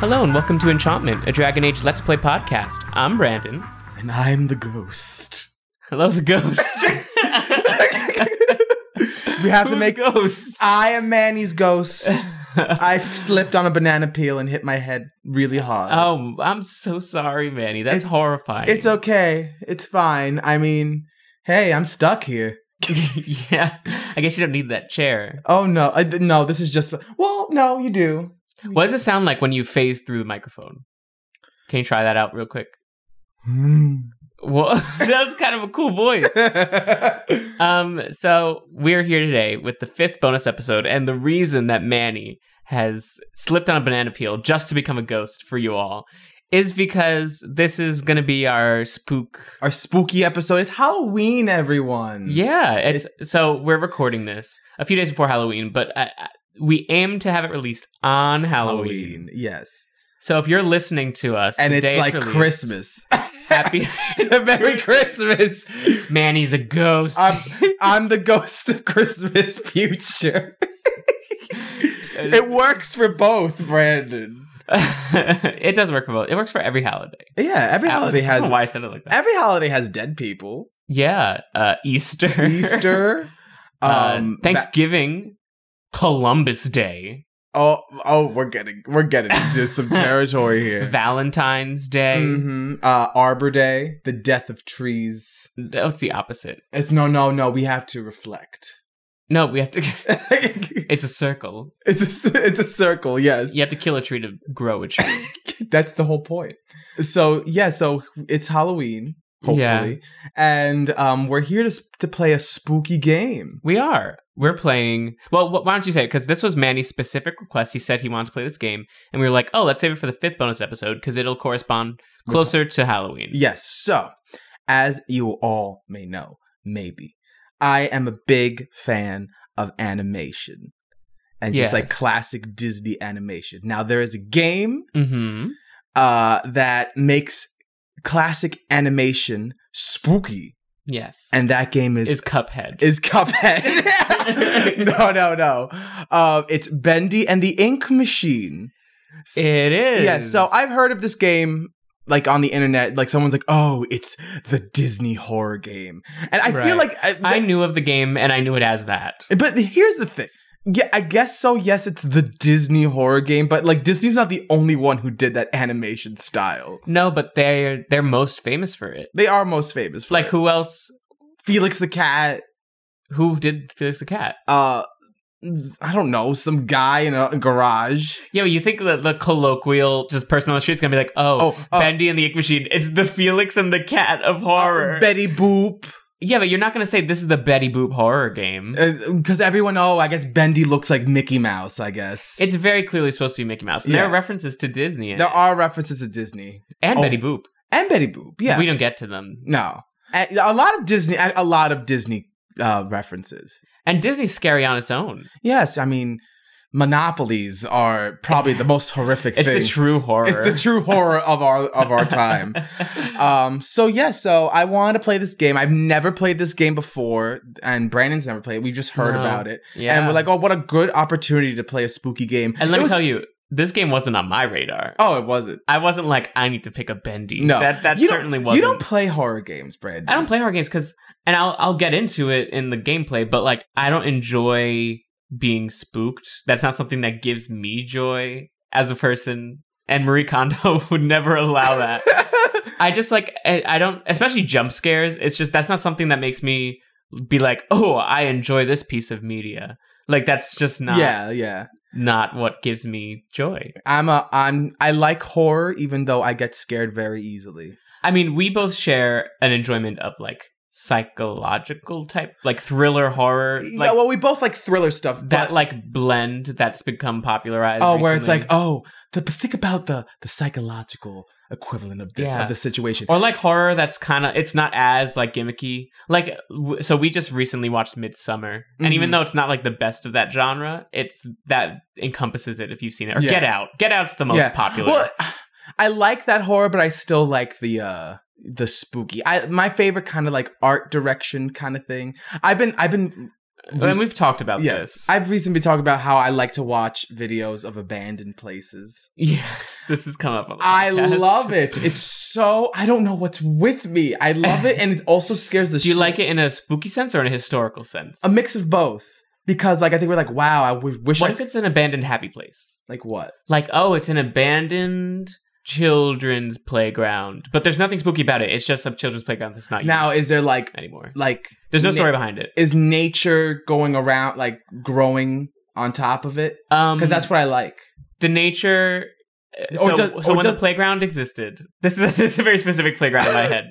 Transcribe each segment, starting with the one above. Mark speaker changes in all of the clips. Speaker 1: Hello and welcome to Enchantment, a Dragon Age Let's Play podcast. I'm Brandon.
Speaker 2: And I'm the ghost.
Speaker 1: Hello, the ghost.
Speaker 2: We have to make.
Speaker 1: ghosts.
Speaker 2: I am Manny's ghost. I f- slipped on a banana peel and hit my head really hard.
Speaker 1: Oh, I'm so sorry, Manny. That's
Speaker 2: It-
Speaker 1: horrifying.
Speaker 2: It's okay. It's fine. I mean, hey, I'm stuck here.
Speaker 1: yeah. I guess you don't need that chair.
Speaker 2: Oh no, I, no, this is just. Well, no, you do.
Speaker 1: What does it sound like when you phase through the microphone? Can you try that out real quick?
Speaker 2: Hmm.
Speaker 1: Well, that was kind of a cool voice. Um, so we're here today with the fifth bonus episode, and the reason that Manny has slipped on a banana peel just to become a ghost for you all is because this is gonna be our spook.
Speaker 2: Our spooky episode is Halloween, everyone.
Speaker 1: Yeah, it's so we're recording this a few days before Halloween, but I, I, we aim to have it released on Halloween.
Speaker 2: Halloween. Yes.
Speaker 1: So if you're listening to us,
Speaker 2: And
Speaker 1: the
Speaker 2: it's
Speaker 1: day
Speaker 2: like
Speaker 1: released,
Speaker 2: Christmas.
Speaker 1: Happy
Speaker 2: Merry Christmas.
Speaker 1: Manny's a ghost.
Speaker 2: I'm, I'm the ghost of Christmas future. it works for both, Brandon.
Speaker 1: it does work for both. It works for every holiday.
Speaker 2: Yeah, every holiday
Speaker 1: I don't know
Speaker 2: has
Speaker 1: why I said it like that.
Speaker 2: every holiday has dead people.
Speaker 1: Yeah, uh, Easter,
Speaker 2: Easter,
Speaker 1: um,
Speaker 2: um, Va-
Speaker 1: Thanksgiving, Columbus Day,
Speaker 2: oh, oh, we're getting we're getting into some territory here.
Speaker 1: Valentine's Day.
Speaker 2: hmm Uh, Arbor Day, the death of trees.
Speaker 1: That's oh, the opposite.
Speaker 2: It's no, no, no. We have to reflect.
Speaker 1: No, we have to.
Speaker 2: it's
Speaker 1: It's a circle.
Speaker 2: a c- it's a circle. Yes,
Speaker 1: You have to kill a tree to grow a tree.
Speaker 2: That's the whole point. So yeah, so it's Halloween, hopefully, and um, we're here to s- to play a spooky game.
Speaker 1: we are. We're playing. Well, wh- why don't you say it? Because this was Manny's specific request. He said he wanted to play this game, and we were like, "Oh, let's save it for the fifth bonus episode because it'll correspond closer to Halloween."
Speaker 2: Yes. So, as you all may know, maybe I am a big fan of animation and just like
Speaker 1: Yes.
Speaker 2: classic Disney animation. Now there is a game
Speaker 1: Mm-hmm.
Speaker 2: uh, that makes classic animation spooky,
Speaker 1: Yes.
Speaker 2: and that game is
Speaker 1: is Cuphead.
Speaker 2: is Cuphead. no, no, no. Um, it's Bendy and the Ink Machine.
Speaker 1: It is.
Speaker 2: Yeah, so I've heard of this game like on the internet. Like someone's like, "Oh, it's the Disney horror game," and I
Speaker 1: Right.
Speaker 2: feel like, I,
Speaker 1: I knew of the game and I knew it as that.
Speaker 2: but here's the thing. Yeah, I guess so. Yes, it's the Disney horror game, but like Disney's not the only one who did that animation style.
Speaker 1: No, but they're they're most famous for it.
Speaker 2: They are most famous for
Speaker 1: Like
Speaker 2: it.
Speaker 1: who else?
Speaker 2: Felix the Cat.
Speaker 1: Who did Felix the Cat?
Speaker 2: Uh, I don't know, some guy in a garage.
Speaker 1: Yeah, but you think that the colloquial just person on the street's gonna be like, oh,
Speaker 2: oh,
Speaker 1: Bendy and the Ink Machine. It's the Felix and the Cat of horror.
Speaker 2: Betty Boop.
Speaker 1: yeah, but you're not gonna say this is the Betty Boop horror game.
Speaker 2: Uh, because everyone oh i guess bendy looks like mickey mouse i guess
Speaker 1: it's very clearly supposed to be Mickey Mouse. And There
Speaker 2: Yeah.
Speaker 1: are references to Disney in
Speaker 2: there
Speaker 1: it.
Speaker 2: are references to disney
Speaker 1: and
Speaker 2: Oh,
Speaker 1: Betty Boop.
Speaker 2: and betty boop yeah
Speaker 1: We don't get to them.
Speaker 2: no a, a lot of disney a, a lot of disney uh, references
Speaker 1: And Disney's scary on its own.
Speaker 2: yes i mean monopolies are probably the most horrific
Speaker 1: It's
Speaker 2: thing
Speaker 1: the true horror.
Speaker 2: it's the true horror of our of our time um so yeah so i want to play this game i've never played this game before and brandon's never played it we've just heard
Speaker 1: No.
Speaker 2: about it
Speaker 1: yeah.
Speaker 2: and we're like oh what a good opportunity to play a spooky game
Speaker 1: And
Speaker 2: It
Speaker 1: let me
Speaker 2: was-
Speaker 1: tell you, this game wasn't on my radar.
Speaker 2: oh it wasn't
Speaker 1: I wasn't like I need to pick a bendy.
Speaker 2: No.
Speaker 1: that that
Speaker 2: You don't-
Speaker 1: certainly wasn't.
Speaker 2: You don't play horror games, Brad.
Speaker 1: I don't play horror games because, and I'll I'll get into it in the gameplay, but like I don't enjoy being spooked. That's not something that gives me joy as a person. And Marie Kondo would never allow that. I just like I, I don't, especially jump scares. It's just that's not something that makes me be like, oh, I enjoy this piece of media. Like that's just not
Speaker 2: Yeah, yeah.
Speaker 1: not what gives me joy.
Speaker 2: I'm a I'm I like horror even though I get scared very easily.
Speaker 1: I mean, we both share an enjoyment of like psychological type, like thriller horror,
Speaker 2: Yeah,
Speaker 1: like
Speaker 2: well, we both like thriller stuff.
Speaker 1: that
Speaker 2: but-
Speaker 1: like blend that's become popularized.
Speaker 2: oh, where it's like,
Speaker 1: recently.
Speaker 2: oh, the, but think about the the psychological equivalent of this
Speaker 1: Yeah.
Speaker 2: of the situation.
Speaker 1: oh, or like horror that's kind of it's not as like gimmicky. Like w- so, we just recently watched Midsummer, and even
Speaker 2: Mhm.
Speaker 1: though it's not like the best of that genre, it's that encompasses it if you've seen it. Or
Speaker 2: Yeah.
Speaker 1: Get Out, Get Out's the most
Speaker 2: Yeah.
Speaker 1: popular.
Speaker 2: Well, I like that horror, but I still like the uh the spooky. I my favorite kind of like art direction kind of thing. I've been I've been
Speaker 1: and we've talked about
Speaker 2: Yes,
Speaker 1: this.
Speaker 2: I've recently talked about how I like to watch videos of abandoned places.
Speaker 1: yes, this has come up. On the
Speaker 2: I
Speaker 1: podcast.
Speaker 2: love it. It's so I don't know what's with me. I love it, and it also scares the.
Speaker 1: Do you
Speaker 2: shit-
Speaker 1: like it in a spooky sense or in a historical sense?
Speaker 2: a mix of both? Because like I think we're like, wow, I w- wish
Speaker 1: what
Speaker 2: I
Speaker 1: if it's an abandoned happy place?
Speaker 2: like what?
Speaker 1: Like, oh, it's an abandoned children's playground, but there's nothing spooky about it. It's just a children's playground that's not
Speaker 2: Now
Speaker 1: used
Speaker 2: is there like
Speaker 1: anymore.
Speaker 2: like
Speaker 1: There's no
Speaker 2: na-
Speaker 1: story behind it.
Speaker 2: Is nature going around like growing on top of it?
Speaker 1: Um,
Speaker 2: Because that's what I like.
Speaker 1: the nature. uh,
Speaker 2: Or
Speaker 1: so,
Speaker 2: does-
Speaker 1: so
Speaker 2: or
Speaker 1: when
Speaker 2: does-
Speaker 1: the playground existed, this is this is a very specific playground in my head.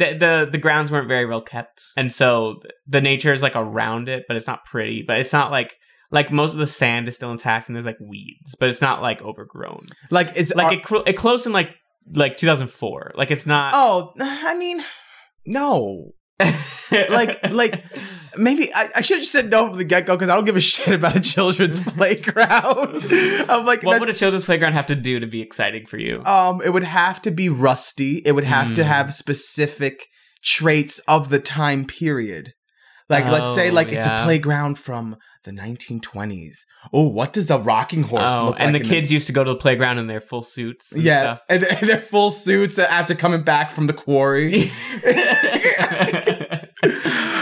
Speaker 1: The, the the grounds weren't very well kept, and so the nature is like around it, but it's not pretty. But it's not like like most of the sand is still intact, and there's like weeds, but it's not like overgrown.
Speaker 2: Like it's
Speaker 1: Like
Speaker 2: are-
Speaker 1: it cl- it closed in like like 2004. Like it's not
Speaker 2: oh, I mean, no. like- like- Maybe I, I should have just said no from the get go because I don't give a shit about a children's playground. I'm like,
Speaker 1: what
Speaker 2: that-
Speaker 1: would a children's playground have to do to be exciting for you?
Speaker 2: um, it would have to be rusty. It would have to
Speaker 1: Mm.
Speaker 2: have specific traits of the time period. Like, let's say,
Speaker 1: Oh,
Speaker 2: like it's a
Speaker 1: yeah.
Speaker 2: playground from the 1920s. Oh, what does the rocking horse
Speaker 1: Oh,
Speaker 2: look
Speaker 1: and
Speaker 2: like?
Speaker 1: the
Speaker 2: in
Speaker 1: kids used to go to the playground in their full suits. And
Speaker 2: yeah,
Speaker 1: stuff.
Speaker 2: and they- their full suits after coming back from the quarry.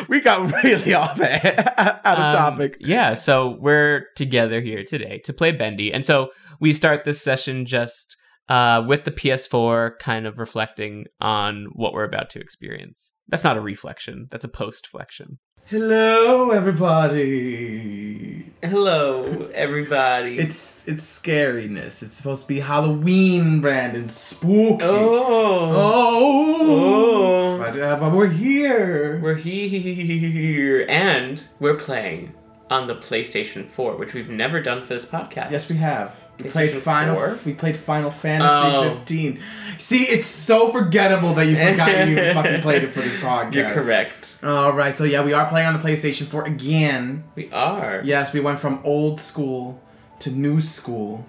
Speaker 2: we got really off a- out of
Speaker 1: Um,
Speaker 2: topic.
Speaker 1: Yeah, so we're together here today to play Bendy. And so we start this session just uh, with the PS4 kind of reflecting on what we're about to experience. That's not a reflection, that's a postflection.
Speaker 2: Hello, everybody.
Speaker 1: Hello, everybody.
Speaker 2: It's it's scariness. It's supposed to be Halloween, Brandon. Spooky.
Speaker 1: Oh,
Speaker 2: Oh.
Speaker 1: Oh.
Speaker 2: But, uh, but we're here.
Speaker 1: we're here and we're playing on the PlayStation 4, which we've never done for this podcast.
Speaker 2: Yes, we have. We played
Speaker 1: PlayStation
Speaker 2: Final.
Speaker 1: 4?
Speaker 2: We played Final Fantasy
Speaker 1: Oh.
Speaker 2: 15. See, it's so forgettable that you forgot you even fucking played it for this podcast.
Speaker 1: You're correct.
Speaker 2: All right, so yeah, we are playing on the PlayStation 4 again.
Speaker 1: We are.
Speaker 2: Yes, we went from old school to new school.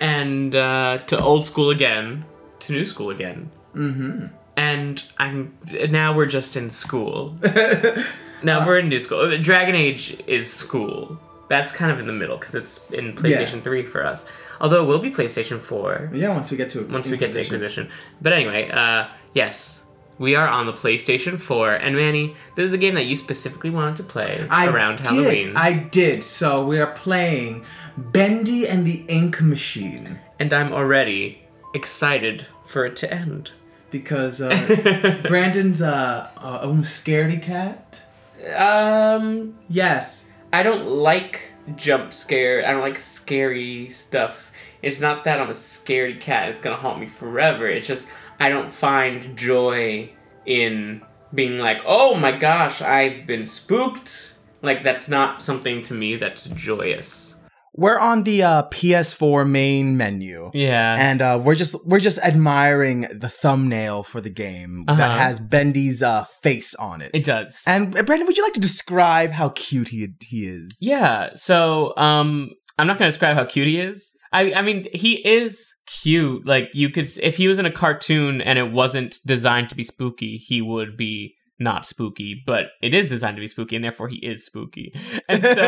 Speaker 1: and uh, to old school again, to new school again. Mm-hmm. And I'm now we're just in school. now we're in new school. Dragon Age is school. That's kind of in the middle because it's in PlayStation Three for us. Although it will be PlayStation Four
Speaker 2: Yeah, once we get to
Speaker 1: once we get to Inquisition. But anyway, uh, yes, we are on the PlayStation Four. And Manny, this is the game that you specifically wanted to play
Speaker 2: I
Speaker 1: around
Speaker 2: did.
Speaker 1: Halloween.
Speaker 2: I did. So we are playing Bendy and the Ink Machine
Speaker 1: and I'm already excited for it to end.
Speaker 2: because uh, Brandon's uh, uh, own scaredy cat.
Speaker 1: Um,
Speaker 2: Yes,
Speaker 1: I don't like jump scare. I don't like scary stuff. It's not that I'm a scaredy cat. It's gonna haunt me forever. It's just I don't find joy in being like, oh my gosh, I've been spooked. Like that's not something to me that's joyous.
Speaker 2: we're on the uh, PS4 main menu.
Speaker 1: Yeah.
Speaker 2: and uh, we're just we're just admiring the thumbnail for the game that
Speaker 1: Uh-huh.
Speaker 2: has Bendy's uh, face on it.
Speaker 1: it does.
Speaker 2: and uh, Brandon, would you like to describe how cute he he is?
Speaker 1: Yeah. So, um, I'm not gonna describe how cute he is. I, I mean, he is cute. Like you could, if he was in a cartoon and it wasn't designed to be spooky, he would be not spooky. But it is designed to be spooky, and therefore he is spooky. And so,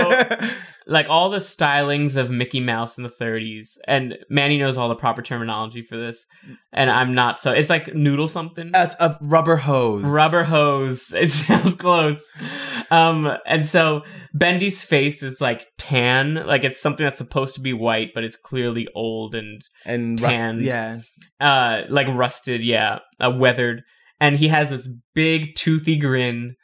Speaker 1: like all the stylings of Mickey Mouse in the 30s, and Manny knows all the proper terminology for this, and I'm not. So it's like noodle something.
Speaker 2: that's a rubber hose.
Speaker 1: Rubber hose. It sounds close. Um, and so Bendy's face is like tan, like it's something that's supposed to be white, but it's clearly old and
Speaker 2: and rust-
Speaker 1: Tanned.
Speaker 2: yeah,
Speaker 1: uh, like rusted, yeah, uh, weathered. And he has this big toothy grin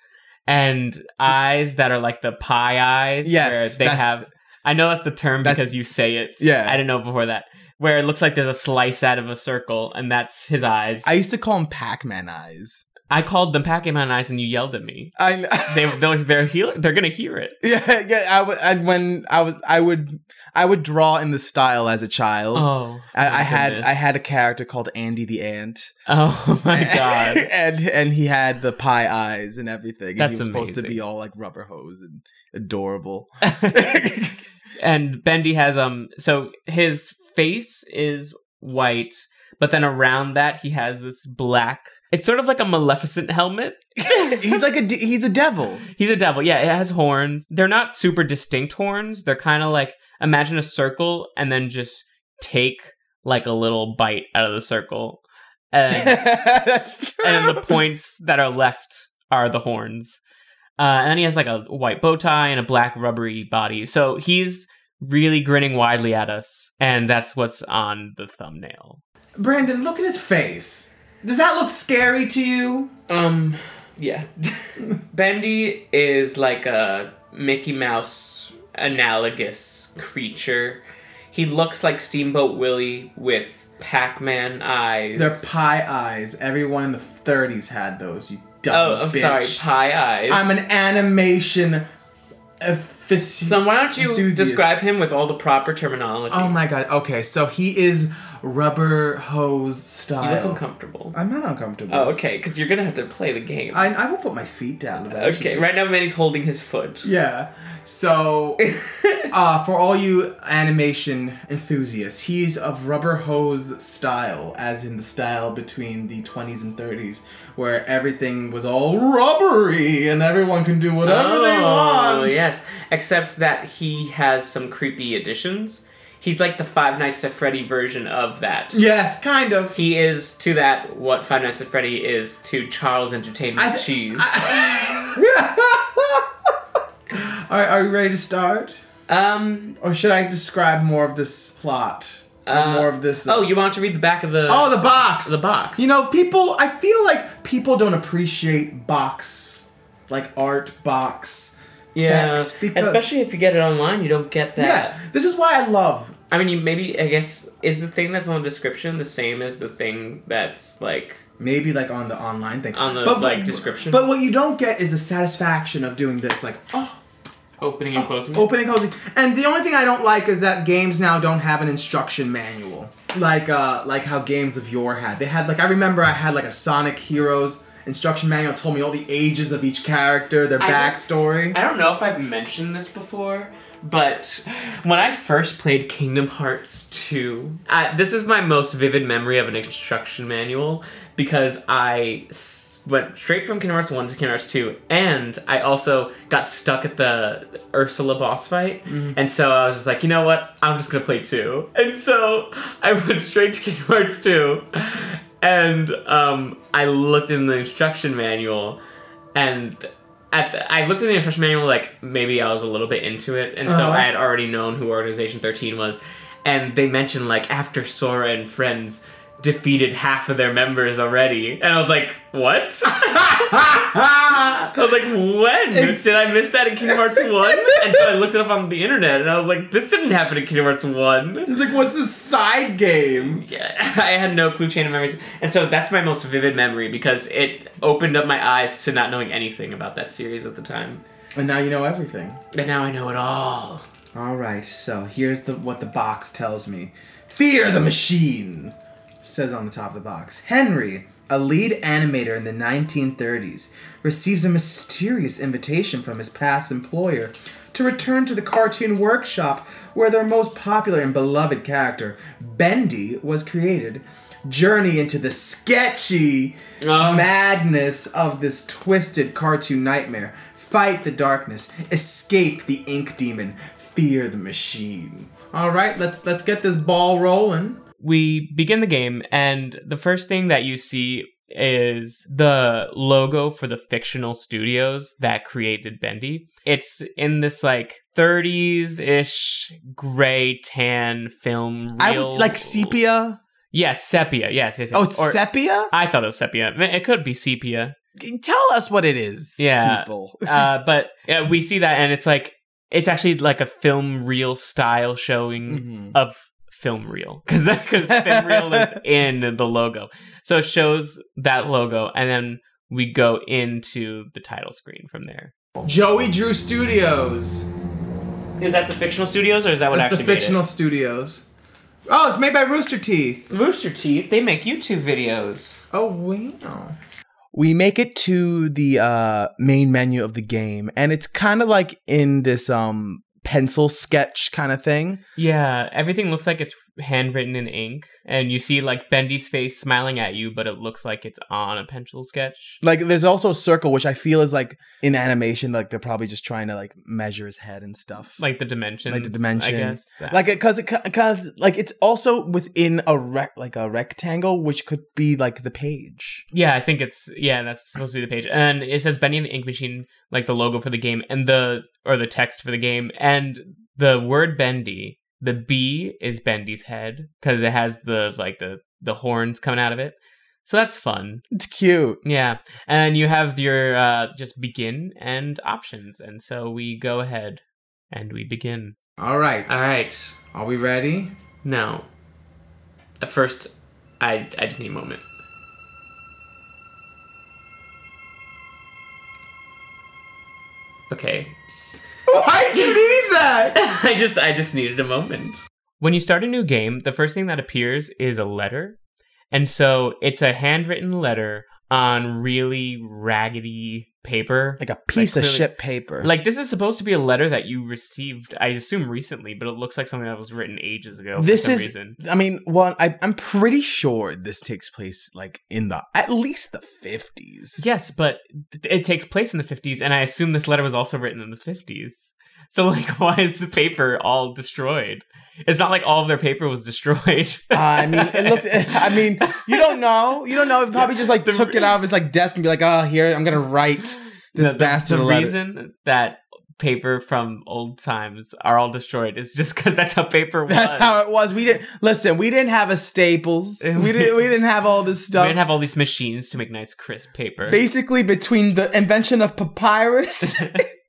Speaker 1: and eyes that are like the pie eyes.
Speaker 2: Yes,
Speaker 1: where they
Speaker 2: that's-
Speaker 1: have. I know that's the term
Speaker 2: That's-
Speaker 1: because you say it.
Speaker 2: Yeah.
Speaker 1: I didn't know before that. Where it looks like there's a slice out of a circle, and that's his eyes.
Speaker 2: I
Speaker 1: I,
Speaker 2: used to call him Pac Man eyes.
Speaker 1: called them Pac-Man eyes, and you yelled at me.
Speaker 2: I
Speaker 1: they they're they're, heal- they're gonna hear it.
Speaker 2: yeah yeah. I would I, when I was I would I would draw in the style as a child.
Speaker 1: Oh,
Speaker 2: I, I had I had a character called Andy the Ant.
Speaker 1: Oh my god,
Speaker 2: and and he had the pie eyes and everything. and he
Speaker 1: That's
Speaker 2: was supposed to
Speaker 1: amazing.
Speaker 2: be all like rubber hose and adorable.
Speaker 1: and Bendy has um. So his face is white, But then around that, he has this black. It's sort of like a Maleficent helmet.
Speaker 2: he's like a de- he's a devil.
Speaker 1: He's a devil. Yeah, it has horns. They're not super distinct horns. They're kind of like imagine a circle and then just take like a little bite out of the circle. And
Speaker 2: That's true.
Speaker 1: and the points that are left are the horns. Uh, and then he has like a white bow tie and a black rubbery body. So he's really grinning widely at us, and that's what's on the thumbnail.
Speaker 2: Brandon, look at his face. Does that look scary to you?
Speaker 1: Um, yeah. Bendy is like a Mickey Mouse analogous creature. He looks like Steamboat Willie with Pac Man eyes.
Speaker 2: They're pie eyes. Everyone in the 30s had those. You dumb
Speaker 1: oh, I'm
Speaker 2: bitch.
Speaker 1: sorry, pie eyes.
Speaker 2: I'm an animation aficionado.
Speaker 1: So why don't you
Speaker 2: enthusiast.
Speaker 1: describe him with all the proper terminology?
Speaker 2: Oh my god. Okay, so he is rubber hose
Speaker 1: you
Speaker 2: style.
Speaker 1: look uncomfortable.
Speaker 2: I'm not uncomfortable.
Speaker 1: Oh, okay, because you're gonna have to play the game.
Speaker 2: I, I will put my feet down eventually.
Speaker 1: okay, right now Manny's holding his foot.
Speaker 2: Yeah. So, uh, for all you animation enthusiasts, he's of rubber hose style, as in the style between the 20s and 30s, where everything was all rubbery and everyone can do whatever they
Speaker 1: Oh,
Speaker 2: want.
Speaker 1: yes. Except that he has some creepy additions. He's like the Five Nights at Freddy version of that.
Speaker 2: Yes, kind of.
Speaker 1: He is to that what Five Nights at Freddy is to Charles Entertainment
Speaker 2: I th-
Speaker 1: Cheese.
Speaker 2: all right, are you ready to start?
Speaker 1: um.
Speaker 2: Or should I describe more of this plot? Or
Speaker 1: Uh,
Speaker 2: more of this.
Speaker 1: Oh, you want to read the back of the
Speaker 2: oh, the box!
Speaker 1: the box?
Speaker 2: You know, people, I feel like people don't appreciate box, like art box
Speaker 1: yeah.
Speaker 2: text. Because,
Speaker 1: Especially if you get it online, you don't get that.
Speaker 2: yeah, this is why I love.
Speaker 1: I mean, you maybe I guess is the thing that's on the description the same as the thing that's like
Speaker 2: Maybe like on the online thing.
Speaker 1: On the, like, description.
Speaker 2: But what you don't get is the satisfaction of doing this. Like, oh,
Speaker 1: opening and closing.
Speaker 2: opening, closing. Mm-hmm. And the only thing I don't like is that games now don't have an instruction manual. Like uh like how games of yore had. They had like I remember I had like a Sonic Heroes instruction manual told me all the ages of each character, their
Speaker 1: I-
Speaker 2: backstory.
Speaker 1: I don't know if I've mentioned this before, but when I first played Kingdom Hearts 2, I, this is my most vivid memory of an instruction manual because I s- went straight from Kingdom Hearts 1 to Kingdom Hearts 2, and I also got stuck at the Ursula boss fight, and so I was just like, you know what? I'm just gonna play 2. And so I went straight to Kingdom Hearts 2, and um, I looked in the instruction manual and at the, I looked in the instruction manual, like maybe I was a little bit into it, and so
Speaker 2: Uh-huh.
Speaker 1: I had already known who Organization Thirteen was, and they mentioned like after Sora and friends defeated half of their members already, and I was like, what? I was like, when
Speaker 2: It's-
Speaker 1: did I miss that in Kingdom Hearts One? and so I looked it up on the internet, and I was like, this didn't happen in Kingdom Hearts One.
Speaker 2: It's like, what's a side game?
Speaker 1: Yeah, I had no clue chain of memories, and so that's my most vivid memory because it opened up my eyes to not knowing anything about that series at the time.
Speaker 2: And now you know everything.
Speaker 1: And now I know it all.
Speaker 2: All right, so here's the what the box tells me. Fear the machine, says on the top of the box. Henry, a lead animator in the 1930s, receives a mysterious invitation from his past employer to return to the cartoon workshop where their most popular and beloved character, Bendy, was created. Journey into the sketchy
Speaker 1: Oh.
Speaker 2: madness of this twisted cartoon nightmare. Fight the darkness, escape the ink demon, fear the machine. All right, let's let's get this ball rolling.
Speaker 1: We begin the game, and the first thing that you see is the logo for the fictional studios that created Bendy. It's in this like 30s ish gray tan film.
Speaker 2: I
Speaker 1: reel-
Speaker 2: would like sepia.
Speaker 1: Yes, sepia. Yes, yes. yes.
Speaker 2: Oh, it's
Speaker 1: Or-
Speaker 2: sepia.
Speaker 1: I thought it was sepia. It could be sepia.
Speaker 2: Tell us what it is.
Speaker 1: Yeah.
Speaker 2: people.
Speaker 1: uh, but uh, we see that, and it's like it's actually like a film reel style showing
Speaker 2: Mhm.
Speaker 1: of film reel because film reel is in the logo, so it shows that logo, and then we go into the title screen from there.
Speaker 2: Joey Drew Studios.
Speaker 1: Is that the fictional studios, or is that what
Speaker 2: That's the fictional studios. Oh, it's made by Rooster Teeth.
Speaker 1: Rooster Teeth? They make YouTube videos.
Speaker 2: Oh wow. We make it to the uh, main menu of the game, and it's kind of like in this um pencil sketch kind of thing.
Speaker 1: Yeah, everything looks like it's handwritten in ink, and you see like Bendy's face smiling at you, but it looks like it's on a pencil sketch.
Speaker 2: Like there's also a circle, which I feel is like in animation, like they're probably just trying to like measure his head and stuff.
Speaker 1: Like the dimensions,
Speaker 2: Like the dimension.
Speaker 1: I guess.
Speaker 2: like it because it because like it's also within a rec like a rectangle, which could be like the page.
Speaker 1: yeah, I think it's yeah, that's supposed to be the page, and it says Bendy and the Ink Machine, like the logo for the game, and the or the text for the game, and the word Bendy, the B is Bendy's head because it has the like the the horns coming out of it, so that's fun.
Speaker 2: It's cute.
Speaker 1: Yeah, and you have your uh, just begin and options, and so we go ahead and we begin.
Speaker 3: All right.
Speaker 4: All right.
Speaker 3: Are we ready?
Speaker 4: Now, at first, I I just need a moment. Okay.
Speaker 2: Why do you need that?
Speaker 4: I just I just needed a moment.
Speaker 1: When you start a new game, the first thing that appears is a letter, and so it's a handwritten letter on really raggedy paper.
Speaker 2: Like a piece
Speaker 1: Like, clearly-
Speaker 2: of shit paper.
Speaker 1: Like this is supposed to be a letter that you received, I assume recently, but it looks like something that was written ages ago.
Speaker 2: This
Speaker 1: for some
Speaker 2: is-
Speaker 1: reason.
Speaker 2: I mean, well, I, I'm pretty sure this takes place like in the at least the fifties.
Speaker 1: Yes, but th- it takes place in the 50s, and I assume this letter was also written in the 50s. So, like, why is the paper all destroyed? It's not like all of their paper was destroyed.
Speaker 2: I mean, it looked. I mean, you don't know. You don't know. He probably just like
Speaker 1: The-
Speaker 2: took it out of his like desk and be like, "Oh, here I'm gonna write." this
Speaker 1: the,
Speaker 2: bastard
Speaker 1: the
Speaker 2: letter.
Speaker 1: reason that paper from old times are all destroyed is just because that's how paper was.
Speaker 2: That's how it was. We didn't listen. We didn't have a Staples. We didn't. We didn't have all this
Speaker 1: We
Speaker 2: stuff.
Speaker 1: didn't have all these machines to make nice, crisp paper.
Speaker 2: Basically, between the invention of papyrus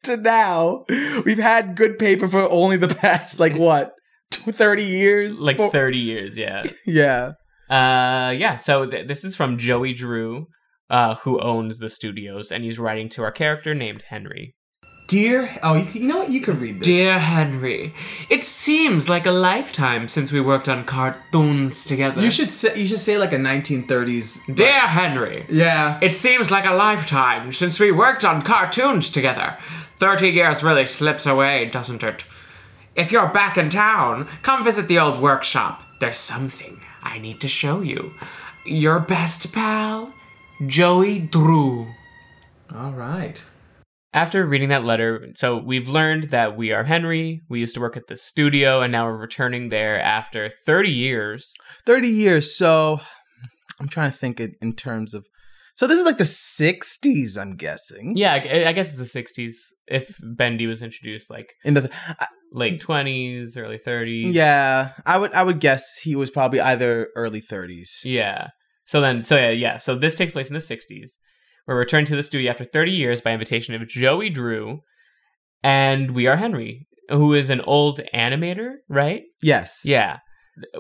Speaker 2: to now, we've had good paper for only the past like what tw- thirty years.
Speaker 1: like
Speaker 2: Four-
Speaker 1: 30 years, yeah.
Speaker 2: yeah.
Speaker 1: Uh, yeah. So th- this is from Joey Drew, uh, who owns the studios, and he's writing to our character named Henry.
Speaker 3: Dear. Oh, you, c- you know what? You could read this.
Speaker 4: Dear Henry, it seems like a lifetime since we worked on cartoons together.
Speaker 3: You should say. You should say like a 1930s.
Speaker 4: Dear Henry,
Speaker 3: Yeah.
Speaker 4: It seems like a lifetime since we worked on cartoons together. Thirty years really slips away, doesn't it? If you're back in town, come visit the old workshop. There's something I need to show you. Your best pal, Joey Drew.
Speaker 3: All right.
Speaker 1: After reading that letter, so we've learned that we are Henry. We used to work at the studio, and now we're returning there after 30 years.
Speaker 2: Thirty years. So I'm trying to think in, in terms of. So this is like the '60s. I'm guessing.
Speaker 1: Yeah, I, I guess it's the 60s. If Bendy was introduced like
Speaker 2: In the I-
Speaker 1: late 20s, early 30s.
Speaker 2: yeah, I would I would guess he was probably either early 30s.
Speaker 1: Yeah. So then, so yeah, yeah. So this takes place in the 60s. We're returned to the studio after 30 years by invitation of Joey Drew. And we are Henry, who is an old animator, right?
Speaker 2: Yes.
Speaker 1: Yeah.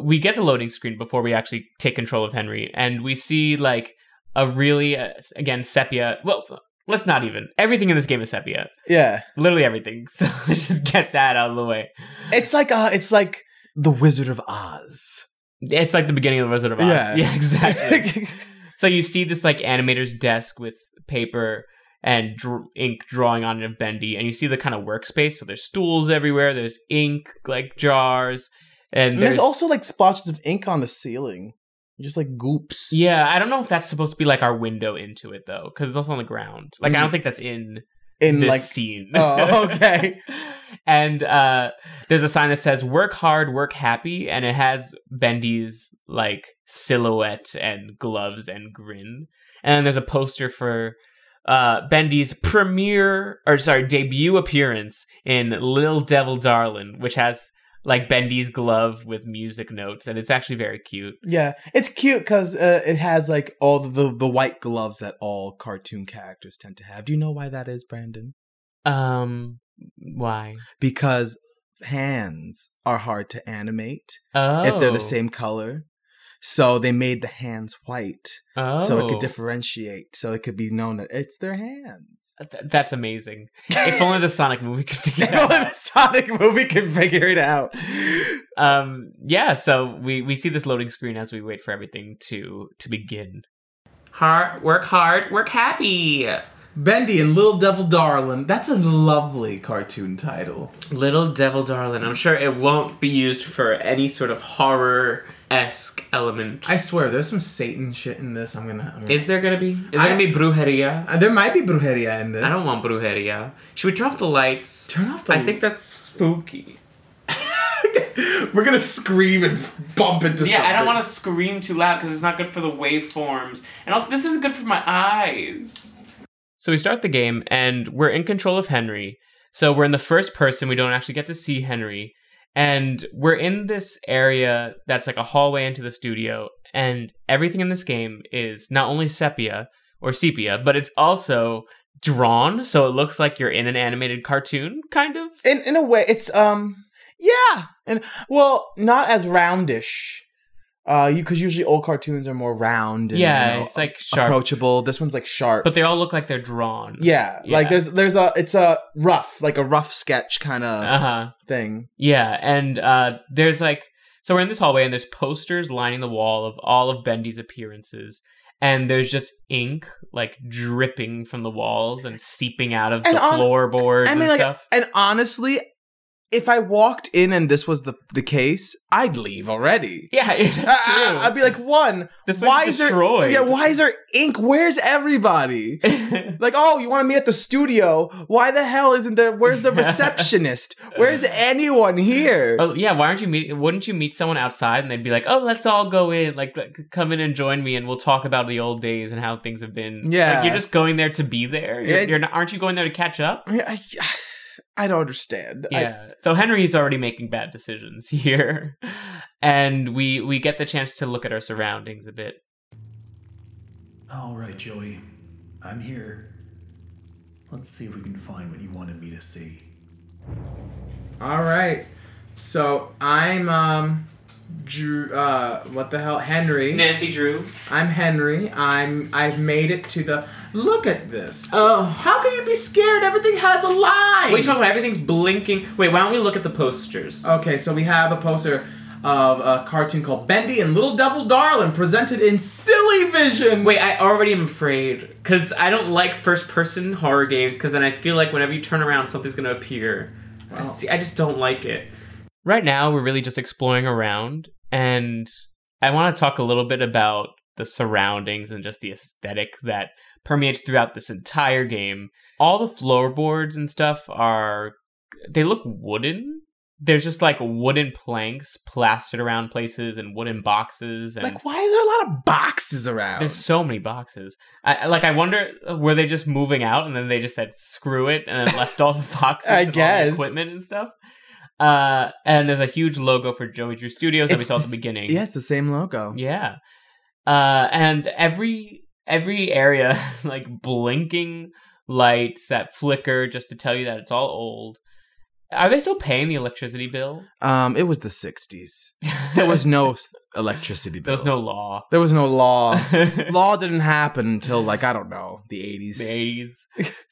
Speaker 1: We get the loading screen before we actually take control of Henry, and we see, like, a really, uh, again, sepia. Well, let's not even. Everything in this game is sepia.
Speaker 2: Yeah.
Speaker 1: Literally everything. So let's just get that out of the way.
Speaker 2: It's like uh it's like the Wizard of Oz.
Speaker 1: It's like the beginning of The Wizard of Oz.
Speaker 2: Yeah.
Speaker 1: yeah exactly. So you see this like animator's desk with paper and dr- ink drawing on it of Bendy, and you see the kind of workspace. So there's stools everywhere. There's ink like jars, and
Speaker 2: And
Speaker 1: there's,
Speaker 2: there's also like splotches of ink on the ceiling, just like goops.
Speaker 1: yeah. I don't know if that's supposed to be like our window into it though, because it's also on the ground. Like I don't think that's in
Speaker 2: Mm. in
Speaker 1: this
Speaker 2: like
Speaker 1: scene.
Speaker 2: oh okay.
Speaker 1: and uh, there's a sign that says "Work hard, work happy," and it has Bendy's like silhouette and gloves and grin. And there's a poster for uh, Bendy's premiere or sorry debut appearance in "Lil Devil Darlin'," which has like Bendy's glove with music notes, and it's actually very cute.
Speaker 2: Yeah, it's cute because uh, it has like all the the white gloves that all cartoon characters tend to have. Do you know why that is, Brandon?
Speaker 1: Um, why?
Speaker 2: Because hands are hard to animate
Speaker 1: Oh,
Speaker 2: if they're the same color. So they made the hands white
Speaker 1: oh.
Speaker 2: so it could differentiate, so it could be known that it's their hands.
Speaker 1: Th- that's amazing. if only the Sonic movie could figure
Speaker 2: If
Speaker 1: that out.
Speaker 2: only the Sonic movie can figure it out.
Speaker 1: um yeah so we we see this loading screen as we wait for everything to to begin
Speaker 4: Hard, work hard, work happy.
Speaker 5: Bendy and Little Devil Darlin. That's a lovely cartoon title.
Speaker 6: Little Devil Darling. I'm sure it won't be used for any sort of horror esque element.
Speaker 5: I swear, there's some Satan shit in this. I'm gonna. I'm gonna-
Speaker 6: Is there gonna be? Is there
Speaker 5: I-
Speaker 6: gonna be brujeria?
Speaker 5: Uh, there might be brujeria in this.
Speaker 6: I don't want brujeria. Should we turn off the lights?
Speaker 5: Turn off the-
Speaker 6: I think that's spooky.
Speaker 5: We're gonna scream and bump into
Speaker 6: Yeah, I don't want
Speaker 5: to.
Speaker 6: to scream too loud because it's not good for the waveforms, and also this isn't good for my eyes.
Speaker 1: So we start the game and we're in control of Henry. So we're in the first person. We don't actually get to see Henry. And we're in this area that's like a hallway into the studio. And everything in this game is not only sepia or sepia, but it's also drawn. So it looks like you're in an animated cartoon, kind of.
Speaker 2: in in a way it's um yeah and well not as roundish uh you because usually old cartoons are more round and,
Speaker 1: yeah,
Speaker 2: you know,
Speaker 1: it's like sharp.
Speaker 2: approachable this one's like sharp
Speaker 1: But they all look like they're drawn.
Speaker 2: yeah, like
Speaker 1: Yeah.
Speaker 2: there's there's a it's a rough like a rough sketch kind of
Speaker 6: Uh-huh.
Speaker 1: Uh huh.
Speaker 2: thing
Speaker 1: Yeah, and uh, there's like so we're in this hallway and there's posters lining the wall of all of Bendy's appearances, and there's just ink like dripping from the walls and seeping out of
Speaker 2: And
Speaker 1: the
Speaker 2: on-
Speaker 1: floorboards
Speaker 2: I mean,
Speaker 1: and
Speaker 2: like,
Speaker 1: stuff.
Speaker 2: and honestly if I walked in and this was the the case I'd leave already
Speaker 1: Yeah, it's true.
Speaker 2: I, I- I'd be like one
Speaker 1: this place
Speaker 2: why
Speaker 1: is
Speaker 2: is there
Speaker 1: destroyed.
Speaker 2: yeah why is there ink where's everybody Like, oh, you want to meet at the studio? Why the hell isn't there? Where's the receptionist? Where's anyone here?
Speaker 1: Oh yeah, why aren't you meet? Wouldn't you meet someone outside and they'd be like, "Oh, let's all go in. Like, like, come in and join me, and we'll talk about the old days and how things have been."
Speaker 2: Yeah.
Speaker 1: like, you're just going there to be there. You're,
Speaker 2: Yeah.
Speaker 1: you're not, aren't you going there to catch up?
Speaker 2: I, mean, I, I don't understand. I-
Speaker 1: Yeah. so Henry's already making bad decisions here. And we we get the chance to look at our surroundings a bit.
Speaker 7: All right, Joey. I'm here. Let's see if we can find what you wanted me to see.
Speaker 5: All right. So I'm um, Drew. Uh, what the hell, Henry?
Speaker 6: Nancy Drew.
Speaker 5: I'm Henry. I'm. I've made it to the. Look at this. Oh, how can you be scared? Everything has a line.
Speaker 6: Wait, talk about everything's blinking. Wait, why don't we look at the posters?
Speaker 2: Oh,
Speaker 5: Okay, so we have a poster of a cartoon called Bendy and Little Devil Darlin, presented in Silly Vision.
Speaker 6: Wait, I already am afraid because I don't like first-person horror games because then I feel like whenever you turn around, something's gonna appear. I, see, I just don't like it.
Speaker 1: Right now we're really just exploring around and I want to talk a little bit about the surroundings and just the aesthetic that permeates throughout this entire game. All the floorboards and stuff are they look wooden. There's just like wooden planks plastered around places and wooden boxes and
Speaker 2: Like, why is there a lot of boxes around?
Speaker 1: There's so many boxes. I, I- like, I wonder uh, were they just moving out and then they just said screw it and then left all the boxes,
Speaker 2: I
Speaker 1: and all the
Speaker 2: guess.
Speaker 1: equipment and stuff. Uh, and there's a huge logo for Joey Drew Studios that we
Speaker 2: It's-
Speaker 1: saw at the beginning.
Speaker 2: yeah, it's the same logo.
Speaker 1: yeah. Uh, and every every area has, like blinking lights that flicker just to tell you that it's all old. Are they still paying the electricity bill?
Speaker 2: Um, it was the '60s. There was no s- electricity.
Speaker 1: there
Speaker 2: Bill.
Speaker 1: was no law.
Speaker 2: There was no law.
Speaker 1: the
Speaker 2: law didn't happen until like I don't know the '80s.
Speaker 1: days.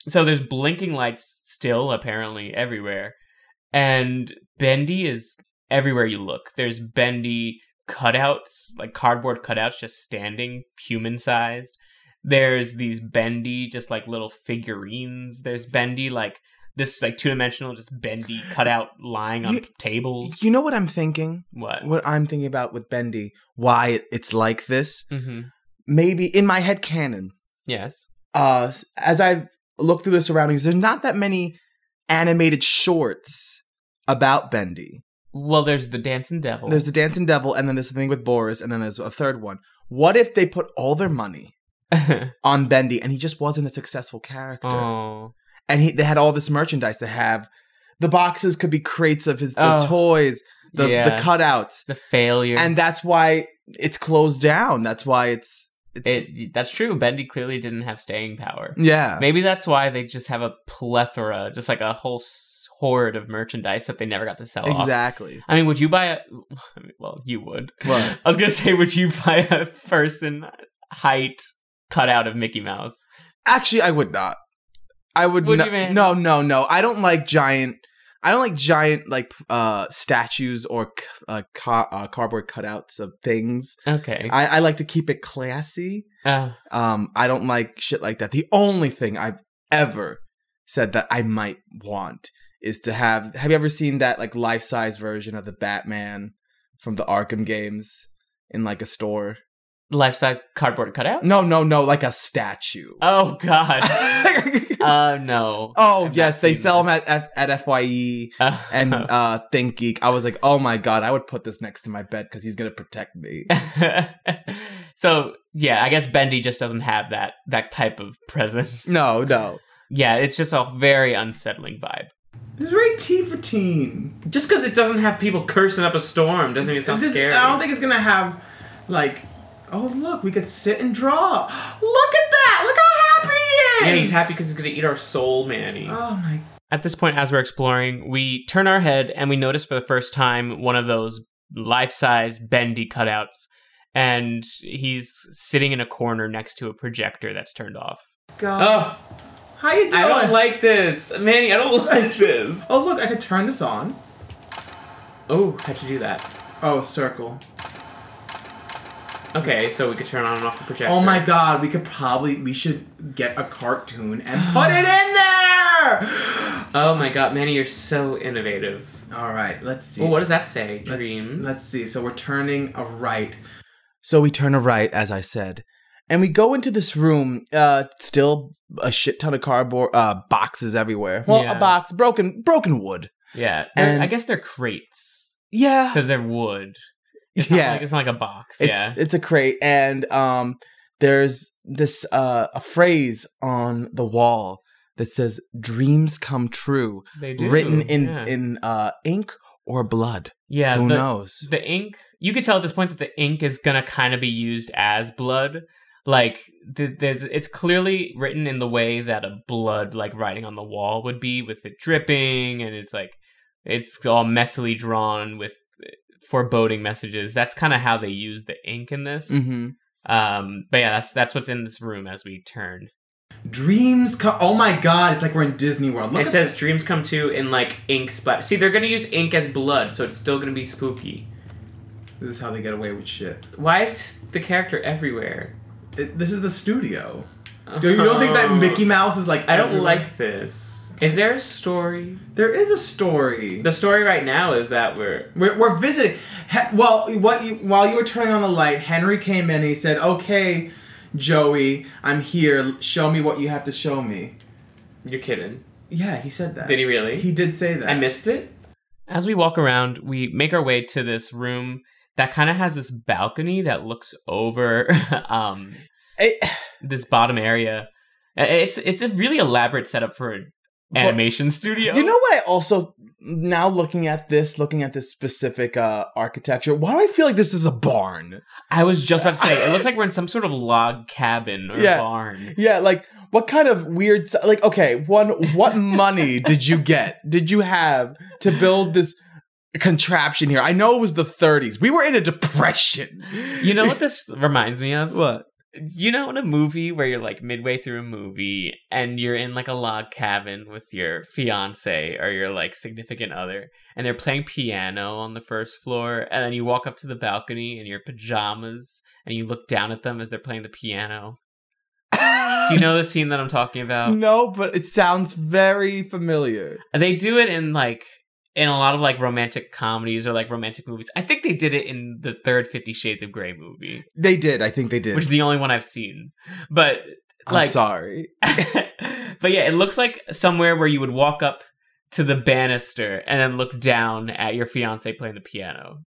Speaker 1: so there's blinking lights still apparently everywhere. And Bendy is everywhere you look. There's Bendy cutouts, like cardboard cutouts just standing human sized. There's these Bendy just like little figurines. There's Bendy like this like two dimensional just Bendy cutout lying on
Speaker 2: You-
Speaker 1: tables.
Speaker 2: You know what I'm thinking?
Speaker 1: What?
Speaker 2: What I'm thinking about with Bendy? Why it- it's like this?
Speaker 1: Mm-hmm.
Speaker 2: Maybe in my head canon.
Speaker 1: Yes.
Speaker 2: uh as I've looked through the surroundings, there's not that many animated shorts about Bendy.
Speaker 1: Well, there's the Dancing Devil.
Speaker 2: There's the Dancing Devil, and then there's the thing with Boris, and then there's a third one. What if they put all their money on Bendy and he just wasn't a successful character?
Speaker 1: oh.
Speaker 2: And he, they had all this merchandise to have. The boxes could be crates of his the
Speaker 1: Oh.
Speaker 2: toys, the,
Speaker 1: yeah.
Speaker 2: the cutouts.
Speaker 1: the failure.
Speaker 2: And that's why it's closed down. That's why it's it's
Speaker 1: It that's true. Bendy clearly didn't have staying power.
Speaker 2: yeah.
Speaker 1: Maybe that's why they just have a plethora, just like a whole s- horde of merchandise that they never got to sell off.
Speaker 2: Exactly.
Speaker 1: I mean, would you buy a? Well, you would.
Speaker 2: What?
Speaker 1: I was gonna say, would you buy a person height cutout of Mickey Mouse?
Speaker 2: Actually, I would not. I would,
Speaker 1: Would
Speaker 2: no-
Speaker 1: you, man?
Speaker 2: no, no, no. I don't like giant. I don't like giant like uh statues or c- uh, ca- uh, cardboard cutouts of things.
Speaker 1: Okay.
Speaker 2: I, I like to keep it classy.
Speaker 1: Uh,
Speaker 2: Um, I don't like shit like that. The only thing I ever said that I might want is to have. Have you ever seen that like life size version of the Batman from the Arkham games in like a store?
Speaker 1: Life size cardboard cutout?
Speaker 2: No, no, no, like a statue.
Speaker 1: Oh, God. uh, no.
Speaker 2: oh
Speaker 1: I've
Speaker 2: yes,
Speaker 1: not
Speaker 2: they
Speaker 1: seen
Speaker 2: sell them
Speaker 1: this.
Speaker 2: at, at at Fye
Speaker 1: Uh,
Speaker 2: and uh, Think Geek. I was like, oh my god, I would put this next to my bed because he's gonna protect me. uh,
Speaker 1: so yeah, I guess Bendy just doesn't have that that type of presence.
Speaker 2: no, no.
Speaker 1: Yeah, it's just a very unsettling vibe.
Speaker 7: This is very T for teen.
Speaker 8: Just because it doesn't have people cursing up a storm doesn't mean it's not
Speaker 7: This-
Speaker 8: scary.
Speaker 7: I don't think it's gonna have like. Oh look, we could sit and draw. Look at that! Look how happy he is.
Speaker 8: and he's happy because he's gonna eat our soul, Manny.
Speaker 7: Oh my
Speaker 1: At this point, as we're exploring, we turn our head and we notice for the first time one of those life size Bendy cutouts, and he's sitting in a corner next to a projector that's turned off.
Speaker 7: god!
Speaker 8: oh,
Speaker 7: how you doing?
Speaker 8: I don't like this, Manny. I don't like this.
Speaker 7: oh look, I could turn this on.
Speaker 8: Oh, how'd you do that?
Speaker 7: Oh circle.
Speaker 8: Okay, so we could turn on and off the projector.
Speaker 7: Oh my god, we could probably we should get a cartoon and put it in there.
Speaker 8: Oh my god, Manny, you're so innovative.
Speaker 7: All right, let's see.
Speaker 8: Well, what does that say?
Speaker 7: Let's-
Speaker 8: Dream.
Speaker 7: Let's see. So we're turning a right.
Speaker 2: So we turn a right, as I said, and we go into this room. Uh, still a shit ton of cardboard uh, boxes everywhere. Well,
Speaker 1: Yeah.
Speaker 2: a box, broken, broken wood.
Speaker 1: Yeah, they're-
Speaker 2: And-
Speaker 1: I guess they're crates
Speaker 2: Yeah,
Speaker 1: because they're wood. It's not
Speaker 2: yeah.
Speaker 1: like, it's not like a box.
Speaker 2: It-
Speaker 1: yeah,
Speaker 2: it's a crate, and um, there's this uh a phrase on the wall that says "Dreams come true,"
Speaker 1: they do.
Speaker 2: written in
Speaker 1: yeah.
Speaker 2: in uh ink or blood.
Speaker 1: yeah,
Speaker 2: Who
Speaker 1: the-
Speaker 2: knows?
Speaker 1: the ink you could tell at this point that the ink is gonna kind of be used as blood like th- there's it's clearly written in the way that a blood like writing on the wall would be with it dripping and it's like it's all messily drawn with uh, foreboding messages that's kind of how they use the ink in this
Speaker 2: hmm
Speaker 1: um but yeah that's that's what's in this room as we turn
Speaker 7: Dreams come. Oh my god! It's like we're in Disney World. Look
Speaker 8: It
Speaker 7: at
Speaker 8: says dreams come true in like ink splash. See, they're gonna use ink as blood, so it's still gonna be spooky.
Speaker 7: this is how they get away with shit.
Speaker 8: Why is the character everywhere?
Speaker 7: It- this is the studio. Do you don't think that Mickey Mouse is like?
Speaker 8: Oh. I don't
Speaker 7: everywhere?
Speaker 8: like this. Is there a story?
Speaker 7: There is a story.
Speaker 8: The story right now is that we're
Speaker 7: We're, we're visiting. He- well, what you, while you were turning on the light, Henry came in and he said, "Okay, Joey, I'm here. Show me what you have to show me."
Speaker 8: you're kidding.
Speaker 7: Yeah, he said that.
Speaker 8: Did he really?
Speaker 7: He did say that.
Speaker 8: I missed it.
Speaker 1: as we walk around we make our way to this room that kind of has this balcony that looks over um this bottom area. Uh, It's it's a really elaborate setup for an
Speaker 2: For-
Speaker 1: animation studio.
Speaker 2: you know what? I also now looking at this, looking at this specific uh architecture. Why do I feel like this is a barn?
Speaker 1: I was just about to say it looks like we're in some sort of log cabin or
Speaker 2: Yeah.
Speaker 1: barn.
Speaker 2: Yeah, like what kind of weird? s- Like, okay, one, what money did you get? Did you have to build this? contraption here i know it was the 30s we were in a depression
Speaker 1: You know what this reminds me of?
Speaker 2: what
Speaker 1: You know, in a movie where you're like midway through a movie and you're in like a log cabin with your fiance or your like significant other, and they're playing piano on the first floor, and then you walk up to the balcony in your pajamas and you look down at them as they're playing the piano. Do you know the scene that I'm talking about?
Speaker 2: no but it sounds very familiar
Speaker 1: They do it in like in a lot of like romantic comedies or like romantic movies. I think they did it in the third Fifty Shades of Grey movie,
Speaker 2: they did i think they did
Speaker 1: which is the only one I've seen. But
Speaker 2: i'm
Speaker 1: like,
Speaker 2: sorry
Speaker 1: but yeah, it looks like somewhere where you would walk up to the banister and then look down at your fiance playing the piano.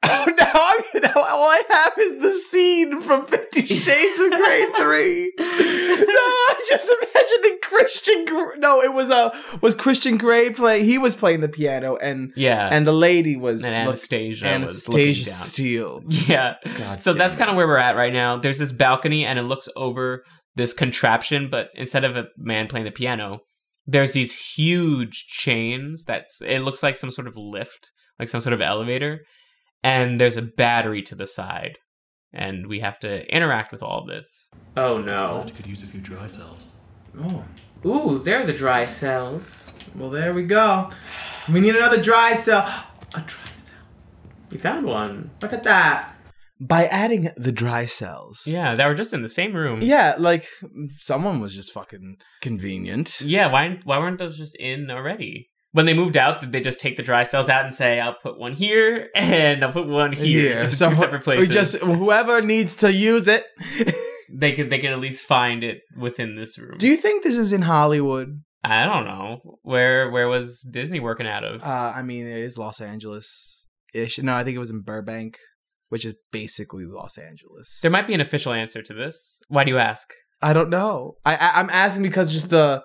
Speaker 2: Oh no! I'm, now all I have is the scene from Fifty Shades of Grey three. no, I'm just imagining Christian. Gr- No, it was uh, was Christian Grey play. He was playing the piano, and
Speaker 1: Yeah,
Speaker 2: and the lady was
Speaker 1: and
Speaker 2: look-
Speaker 1: Anastasia,
Speaker 2: Anastasia
Speaker 1: was
Speaker 2: Steele.
Speaker 1: looking down. Yeah.
Speaker 2: God
Speaker 1: so
Speaker 2: damn
Speaker 1: that's
Speaker 2: it.
Speaker 1: kind of where we're at right now. There's this balcony, and it looks over this contraption, but instead of a man playing the piano, there's these huge chains. That's it looks like some sort of lift, like some sort of elevator, and there's a battery to the side, and we have to interact with all this.
Speaker 8: Oh no.
Speaker 9: Left could use a few dry cells.
Speaker 7: oh,
Speaker 8: Ooh, they're the dry cells.
Speaker 7: well, there we go. We need another dry cell. A dry cell.
Speaker 8: You found one.
Speaker 7: Look at that.
Speaker 2: by adding the dry cells.
Speaker 1: Yeah, that were just in the same room.
Speaker 2: Yeah, like someone was just fucking convenient.
Speaker 1: Yeah, why why weren't those just in already? When they moved out, did they just take the dry cells out and say, "I'll put one here and I'll put one here"?
Speaker 2: Yeah,
Speaker 1: just
Speaker 2: so uh,
Speaker 1: two separate
Speaker 2: we
Speaker 1: places.
Speaker 2: just whoever needs to use it.
Speaker 1: they could they could at least find it within this room.
Speaker 2: Do you think this is in Hollywood?
Speaker 1: I don't know where where was Disney working out of?
Speaker 2: Uh, I mean, it is Los Angeles ish. No, I think it was in Burbank, which is basically Los Angeles.
Speaker 1: there might be an official answer to this. Why do you ask?
Speaker 2: I don't know. I, I I'm asking because just the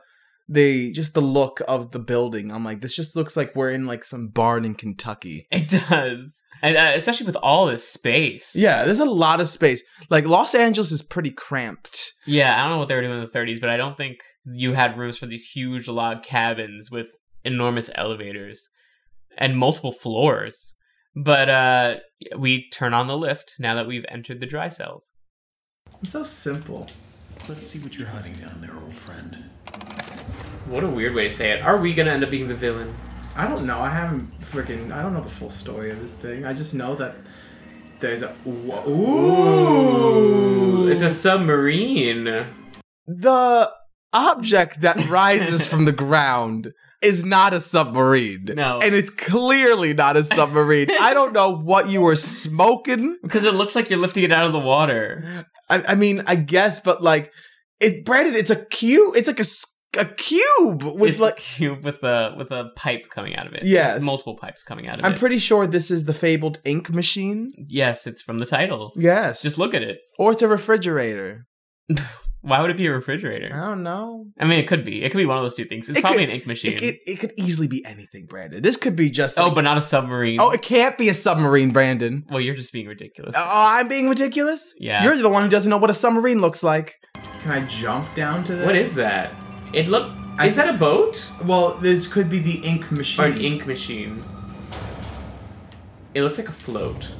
Speaker 2: the just the look of the building. I'm like, this just looks like we're in like some barn in Kentucky.
Speaker 1: It does, and uh, especially with all this space.
Speaker 2: Yeah, there's a lot of space. Like Los Angeles is pretty cramped.
Speaker 1: yeah. I don't know what they were doing in the 30s, but I don't think you had rooms for these huge log cabins with enormous elevators and multiple floors. But uh, we turn on the lift now that we've entered the dry cells.
Speaker 10: I'm so simple.
Speaker 7: Let's see what you're hiding down there, old friend.
Speaker 1: What a weird way to say it. Are we gonna end up being the villain?
Speaker 10: I don't know. I haven't freaking. I don't know the full story of this thing. I just know that there's a. wha- Ooh.
Speaker 1: It's a submarine.
Speaker 2: The object that rises from the ground is not a submarine.
Speaker 1: No.
Speaker 2: And it's clearly not a submarine. I don't know what you were smoking.
Speaker 1: Because it looks like you're lifting it out of the water.
Speaker 2: I, I mean, I guess, but like, it, Brandon, it's a cube. It's like a, s- a cube with
Speaker 1: it's
Speaker 2: like.
Speaker 1: a cube with a with a pipe coming out of it.
Speaker 2: Yes.
Speaker 1: There's multiple pipes coming out of
Speaker 2: I'm
Speaker 1: it.
Speaker 2: pretty sure this is the fabled ink machine.
Speaker 1: yes, it's from the title.
Speaker 2: Yes.
Speaker 1: Just look at it.
Speaker 2: or it's a refrigerator.
Speaker 1: Why would it be a
Speaker 2: I
Speaker 1: refrigerator?
Speaker 2: don't know.
Speaker 1: I mean, it could be. It could be one of those two things. It's
Speaker 2: It
Speaker 1: probably
Speaker 2: could-
Speaker 1: an ink machine.
Speaker 2: It could, it could easily be anything, Brandon. This could be just.
Speaker 1: oh,
Speaker 2: like-
Speaker 1: but not a submarine.
Speaker 2: oh, it can't be a submarine, Brandon.
Speaker 1: well, you're just being ridiculous.
Speaker 2: Oh, I'm being ridiculous.
Speaker 1: Yeah.
Speaker 2: you're the one who doesn't know what a submarine looks like.
Speaker 10: Can I jump down to this?
Speaker 11: What is that? It look. Is that a boat
Speaker 10: Well, this could be the ink machine.
Speaker 11: or
Speaker 2: Mm-hmm.
Speaker 11: an ink machine? It looks like a float.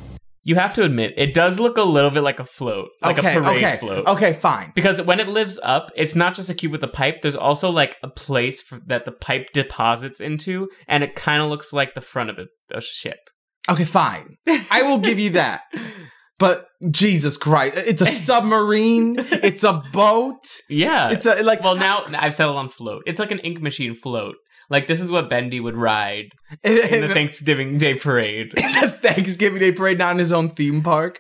Speaker 1: You have to admit, it does look a little bit like a float, like
Speaker 2: okay,
Speaker 1: a parade
Speaker 2: okay,
Speaker 1: float.
Speaker 2: okay, fine.
Speaker 1: Because when it lives up, it's not just a cube with a pipe. There's also like a place for, that the pipe deposits into, and it kind of looks like the front of a, a ship.
Speaker 2: Okay, fine. I will give you that. But Jesus Christ, it's a submarine. it's a boat.
Speaker 1: Yeah.
Speaker 2: It's a like.
Speaker 1: Uh, well, now I've settled on float. It's like an ink machine float. Like this is what Bendy would ride in the Thanksgiving Day parade.
Speaker 2: the Thanksgiving Day parade, not in his own theme park.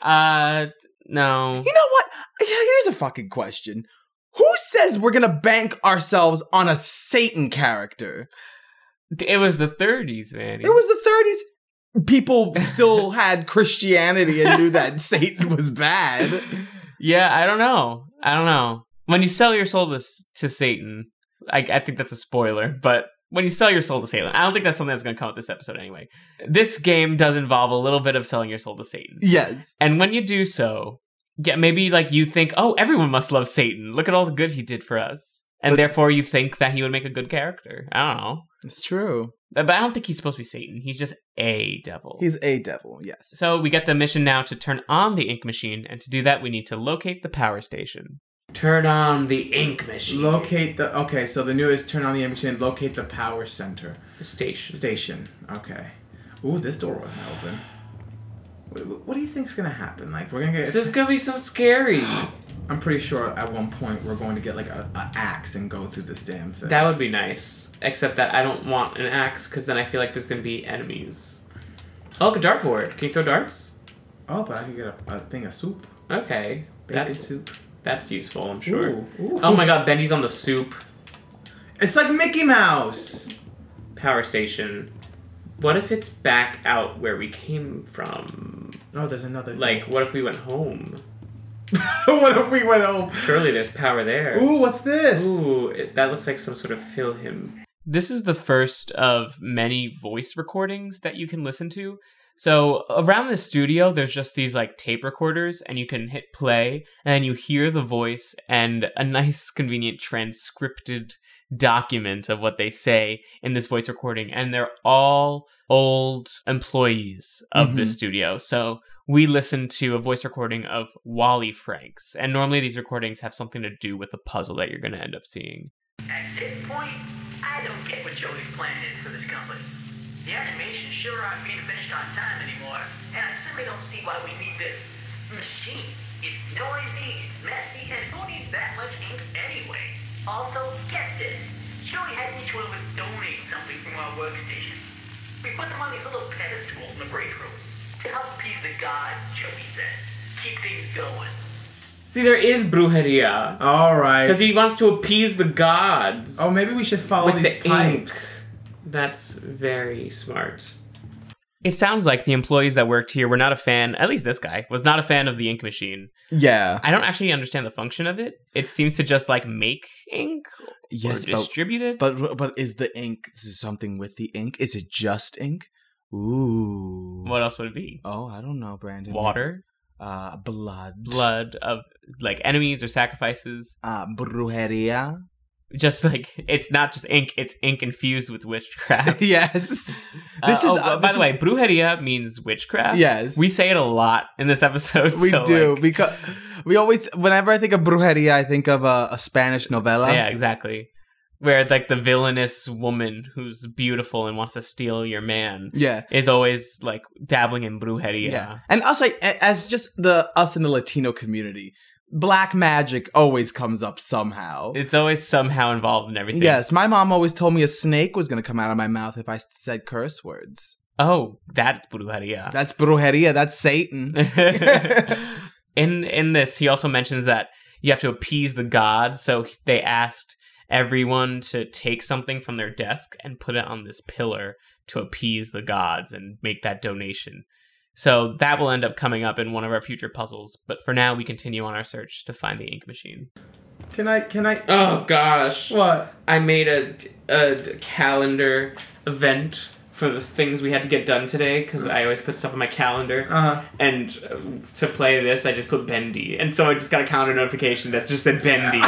Speaker 1: Uh, no.
Speaker 2: You know what? Yeah, Here's a fucking question. Who says we're gonna bank ourselves on a Satan character?
Speaker 1: It was the 30s, man.
Speaker 2: It was the 30s. People still had Christianity and knew that Satan was bad.
Speaker 1: Yeah, I don't know. I don't know. When you sell your soul to, s- to Satan, I, I think that's a spoiler, but when you sell your soul to Satan, I don't think that's something that's going to come up this episode anyway. This game does involve a little bit of selling your soul to Satan.
Speaker 2: Yes.
Speaker 1: And when you do so, yeah, maybe like you think, oh, everyone must love Satan. Look at all the good he did for us. And
Speaker 2: But-
Speaker 1: therefore you think that he would make a good character. I don't know.
Speaker 2: It's true.
Speaker 1: But I don't think he's supposed to be Satan. He's just a devil.
Speaker 2: He's a devil, yes.
Speaker 1: so we get the mission now to turn on the ink machine, and to do that we need to locate the power station.
Speaker 11: Turn on the ink machine.
Speaker 10: Locate the. Okay, so the new is turn on the ink machine. Locate the power center
Speaker 11: station.
Speaker 10: station. Okay. Ooh, this door wasn't open. What, what do you think's gonna happen? Like we're gonna get.
Speaker 11: This is gonna be so scary.
Speaker 10: I'm pretty sure at one point we're going to get like a, a axe and go through this damn thing.
Speaker 11: That would be nice. Except that I don't want an axe because then I feel like there's gonna be enemies. Oh, look, a dartboard. Can you throw darts?
Speaker 10: oh, but I can get a, a thing of soup.
Speaker 11: Okay,
Speaker 10: Baby
Speaker 11: that's
Speaker 10: soup.
Speaker 11: that's useful. I'm sure.
Speaker 10: Ooh, ooh.
Speaker 11: Oh my God, Bendy's on the soup
Speaker 10: It's like Mickey Mouse.
Speaker 11: power station. What if it's back out where we came from?
Speaker 10: Oh, there's another.
Speaker 11: Like, what if we went home?
Speaker 10: what if we went home?
Speaker 11: Surely there's power there.
Speaker 10: Ooh, what's this?
Speaker 11: Ooh, it, that looks like some sort of fill him.
Speaker 1: this is the first of many voice recordings that you can listen to. So around the studio, there's just these like tape recorders, and you can hit play, and you hear the voice and a nice, convenient transcripted document of what they say in this voice recording. And they're all old employees of the studio. So we listened to a voice recording of Wally Franks, and normally these recordings have something to do with the puzzle that you're going to end up seeing.
Speaker 12: At this point, I don't get what Joey's plan is for this company. The animations sure aren't being finished on time anymore, and I really don't see why we need this machine. It's noisy, it's messy, and who needs that much ink anyway? Also, get this. Joey had each one of us donate something from our workstation. We put them on these little pedestals in the break room to help appease the gods, Joey says. Keep things going.
Speaker 1: See, there is brujeria.
Speaker 13: All right.
Speaker 1: Because he wants to appease the gods.
Speaker 13: oh, maybe we should follow
Speaker 1: With
Speaker 13: these
Speaker 1: the
Speaker 13: pipes.
Speaker 1: That's very smart. It sounds like the employees that worked here were not a fan, at least this guy, was not a fan of the ink machine.
Speaker 2: Yeah.
Speaker 1: I don't actually understand the function of it. It seems to just like make ink
Speaker 2: Yes,
Speaker 1: or
Speaker 2: but,
Speaker 1: distribute it.
Speaker 2: but but is the ink is there something with the ink? Is it just ink? Ooh.
Speaker 1: what else would it be?
Speaker 2: Oh, I don't know, Brandon.
Speaker 1: Water,
Speaker 2: Uh, blood.
Speaker 1: blood of like enemies or sacrifices.
Speaker 2: Uh, brujeria.
Speaker 1: Just like it's not just ink, it's ink infused with witchcraft.
Speaker 2: yes.
Speaker 1: Uh,
Speaker 2: This
Speaker 1: oh,
Speaker 2: is uh,
Speaker 1: by
Speaker 2: this
Speaker 1: the way, brujeria means witchcraft.
Speaker 2: Yes.
Speaker 1: we say it a lot in this episode.
Speaker 2: is- we
Speaker 1: so,
Speaker 2: do
Speaker 1: like,
Speaker 2: because we always whenever I think of brujeria, I think of a, a Spanish novella.
Speaker 1: yeah, exactly. Where like the villainous woman who's beautiful and wants to steal your man
Speaker 2: Yeah.
Speaker 1: is always like dabbling in brujeria.
Speaker 2: And us like a- as just the us in the Latino community, black magic always comes up somehow.
Speaker 1: It's always somehow involved in everything.
Speaker 2: Yes, my mom always told me a snake was going to come out of my mouth if I s- said curse words.
Speaker 1: Oh, that's brujeria.
Speaker 2: That's brujeria, that's Satan.
Speaker 1: in in this, he also mentions that you have to appease the gods, so they asked everyone to take something from their desk and put it on this pillar to appease the gods and make that donation. So that will end up coming up in one of our future puzzles, but for now we continue on our search to find the ink machine.
Speaker 13: Can I? Can I?
Speaker 1: Oh gosh.
Speaker 13: What?
Speaker 1: I made a, a calendar event for the things we had to get done today because I always put stuff on my calendar.
Speaker 13: Uh,
Speaker 1: And uh, to play this, I just put Bendy. And so I just got a calendar notification that just said Bendy.